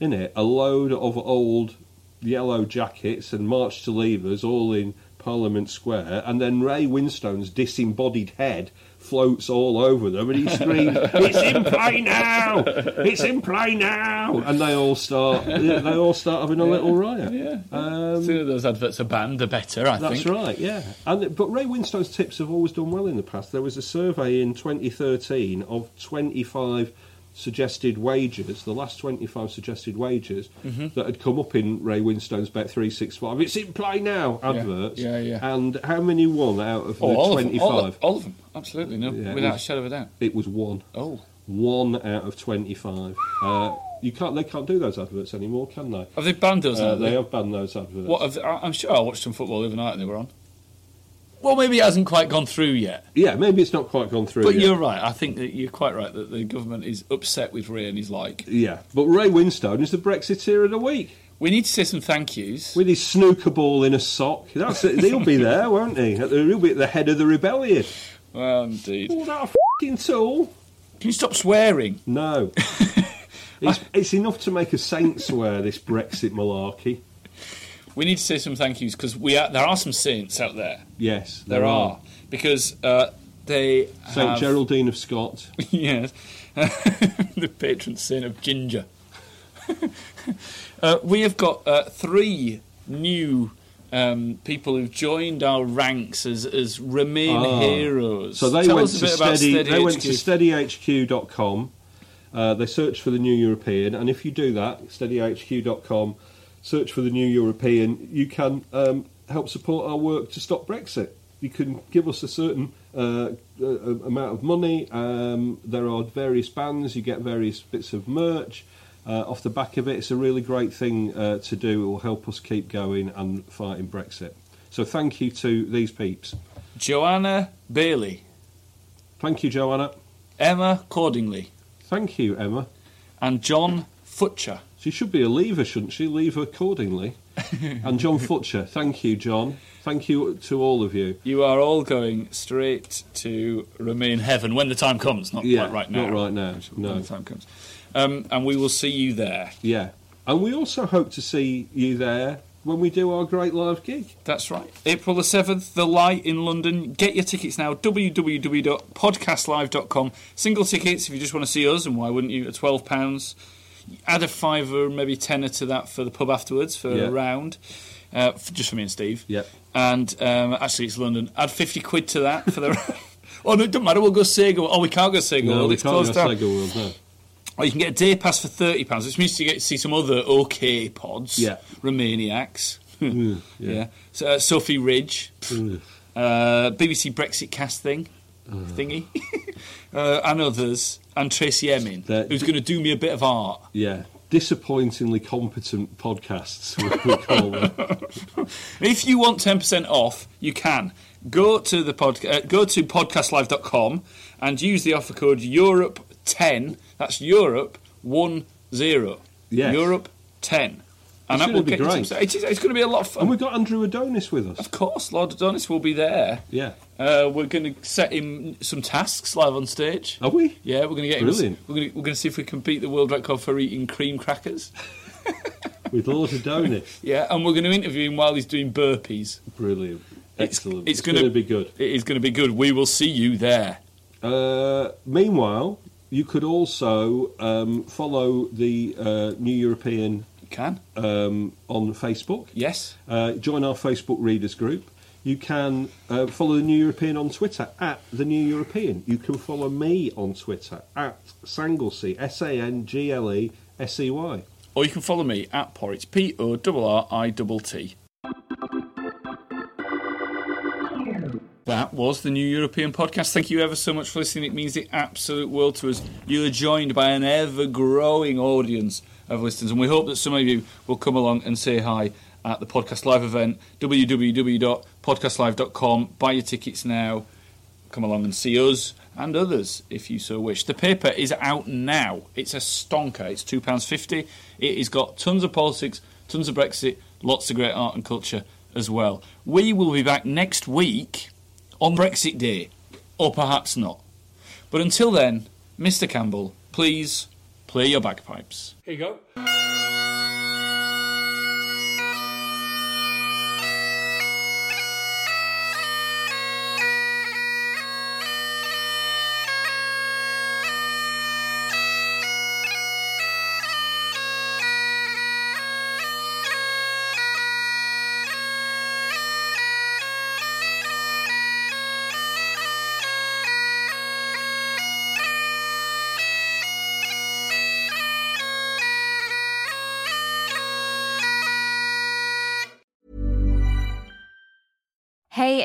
in it, a load of old yellow jackets and march to leavers all in Parliament Square, and then Ray Winstone's disembodied head floats all over them, and he screams, "It's in play now! It's in play now!" And they all start, they all start having a little riot. Um,
Yeah. the sooner those adverts are banned, the better, I
That's
think.
right, yeah. And but Ray Winstone's tips have always done well in the past. There was a survey in 2013 of 25 suggested wages, the last 25 suggested wages
Mm-hmm.
that had come up in Ray Winstone's Bet 365. It's in play now adverts.
yeah, yeah.
And how many won out of
Oh, all
the
of, them,
25?
all, of- all of them, absolutely, no,
Yeah, it
without a
was-
shadow of a doubt.
It was one.
Oh,
One out of 25. Uh, you can't. They can't do those adverts anymore, can they?
have they banned those?
Uh,
now?
they have banned those adverts.
What have, I- I'm sure I watched some football the other night and they were on. Well, maybe it hasn't quite gone through yet.
Yeah, maybe it's not quite gone through.
But
yet.
you're right. I think that you're quite right that the government is upset with Ray and he's like,
Yeah, but Ray Winstone is the Brexiteer of the week
we need to say some thank yous.
with his snooker ball in a sock. That's it.
(laughs)
He'll be there, won't he? At the- He'll be at the head of the rebellion.
Well, indeed.
All that fucking tool.
Can you stop swearing? (laughs)
No, it's, it's enough to make a saint swear. This Brexit malarkey.
We need to say some thank yous because we are, there are some saints out there.
Yes,
There are because uh, they (laughs)
Saint
have- (laughs)
Geraldine of Scott.
yes, the patron saint of ginger. (laughs) Uh, we have got uh, three new um, people who've joined our ranks as, as Remain
Ah.
heroes.
So they
Tell
went
us a
to
bit about
steady.
Steady
they went
HQ.
to steadyhq.com. Uh, they searched for the new European, and if you do that, steadyhq.com, search for the new European, you can um, help support our work to stop Brexit. You can give us a certain uh, uh, amount of money. Um, there are various bands. You get various bits of merch. Uh, off the back of it, it's a really great thing uh, to do. It will help us keep going and fighting Brexit. So thank you to these peeps.
Joanna Bailey,
Thank you, Joanna.
Emma Cordingley,
Thank you, Emma.
and John Futcher.
She should be a leaver, shouldn't she?
(laughs)
Leaver accordingly. and John Futcher, thank you, John. Thank you to all of you.
You are all going straight to Remain Heaven when the time comes, not quite right now.
Not right now.
When
No.
the time comes. Um, and we will see you there.
Yeah. And we also hope to see you there when we do our great live gig.
That's right. April the 7th, The Light in London. Get your tickets now, www.podcastlive.com. Single tickets if you just want to see us, and why wouldn't you, at £12. Add a fiver, maybe tenner to that for the pub afterwards for
Yeah.
a round, uh, f just for me and Steve.
Yep.
And um, actually, it's London. Add 50 quid to that for the. (laughs) oh, no, it doesn't matter. We'll go Sega. Oh, we can't go Sega.
No,
World,
we
it's
can't
closed
go
down.
Sega World now.
Or you can get a day pass for thirty pounds, which means you get to see some other okay pods.
Yeah. Hmm.
Romaniacs. (laughs) Hmm.
yeah. Hmm.
So, uh, Sophie Ridge. Uh, BBC Brexit cast thing thingy, (laughs) uh, and others, and Tracy Emin,
That-
who's going to do me a bit of art.
Yeah. Disappointingly competent podcasts, (laughs) we call them.
If you want 10% off, you can. Go to the podcast. uh, go to podcastlive.com and use the offer code Europe10. That's Europe 10.
Yes.
Europe 10. And
It's
that will
gonna be
get you
great.
some- It is, it's going to be a lot of fun.
and we've got Andrew Adonis with us.
of course, Lord Adonis will be there.
Yeah.
Uh, we're going to set him some tasks live on stage.
Are we?
Yeah, we're going to get him.
Oh. Brilliant.
We're going to, we're going to see if we can beat the world record for eating cream crackers.
With Lord Adonis.
Yeah, and we're going to interview him while he's doing burpees.
Brilliant. Excellent.
It's,
going to be good.
It is going to be good. We will see you there.
Uh, meanwhile, you could also um, follow the uh, New European
You can.
um, on Facebook.
Yes.
Uh, join our Facebook readers group. You can uh, follow the New European on Twitter at the New European. You can follow me on Twitter at Sanglesey S A N G L E S E Y.
Or you can follow me at Porridge, P O R R I T T. That was the new European podcast. Thank you ever so much for listening. It means the absolute world to us. You are joined by an ever growing audience of listeners, and we hope that some of you will come along and say hi at the podcast live event www.podcastlive.com. Buy your tickets now. Come along and see us and others if you so wish. The paper is out now. It's a stonker. It's £2.50. It has got tons of politics, tons of Brexit, lots of great art and culture as well. We will be back next week on Brexit Day, or perhaps not. But until then, Mr. Campbell, please play your bagpipes. Here you go.
Hey,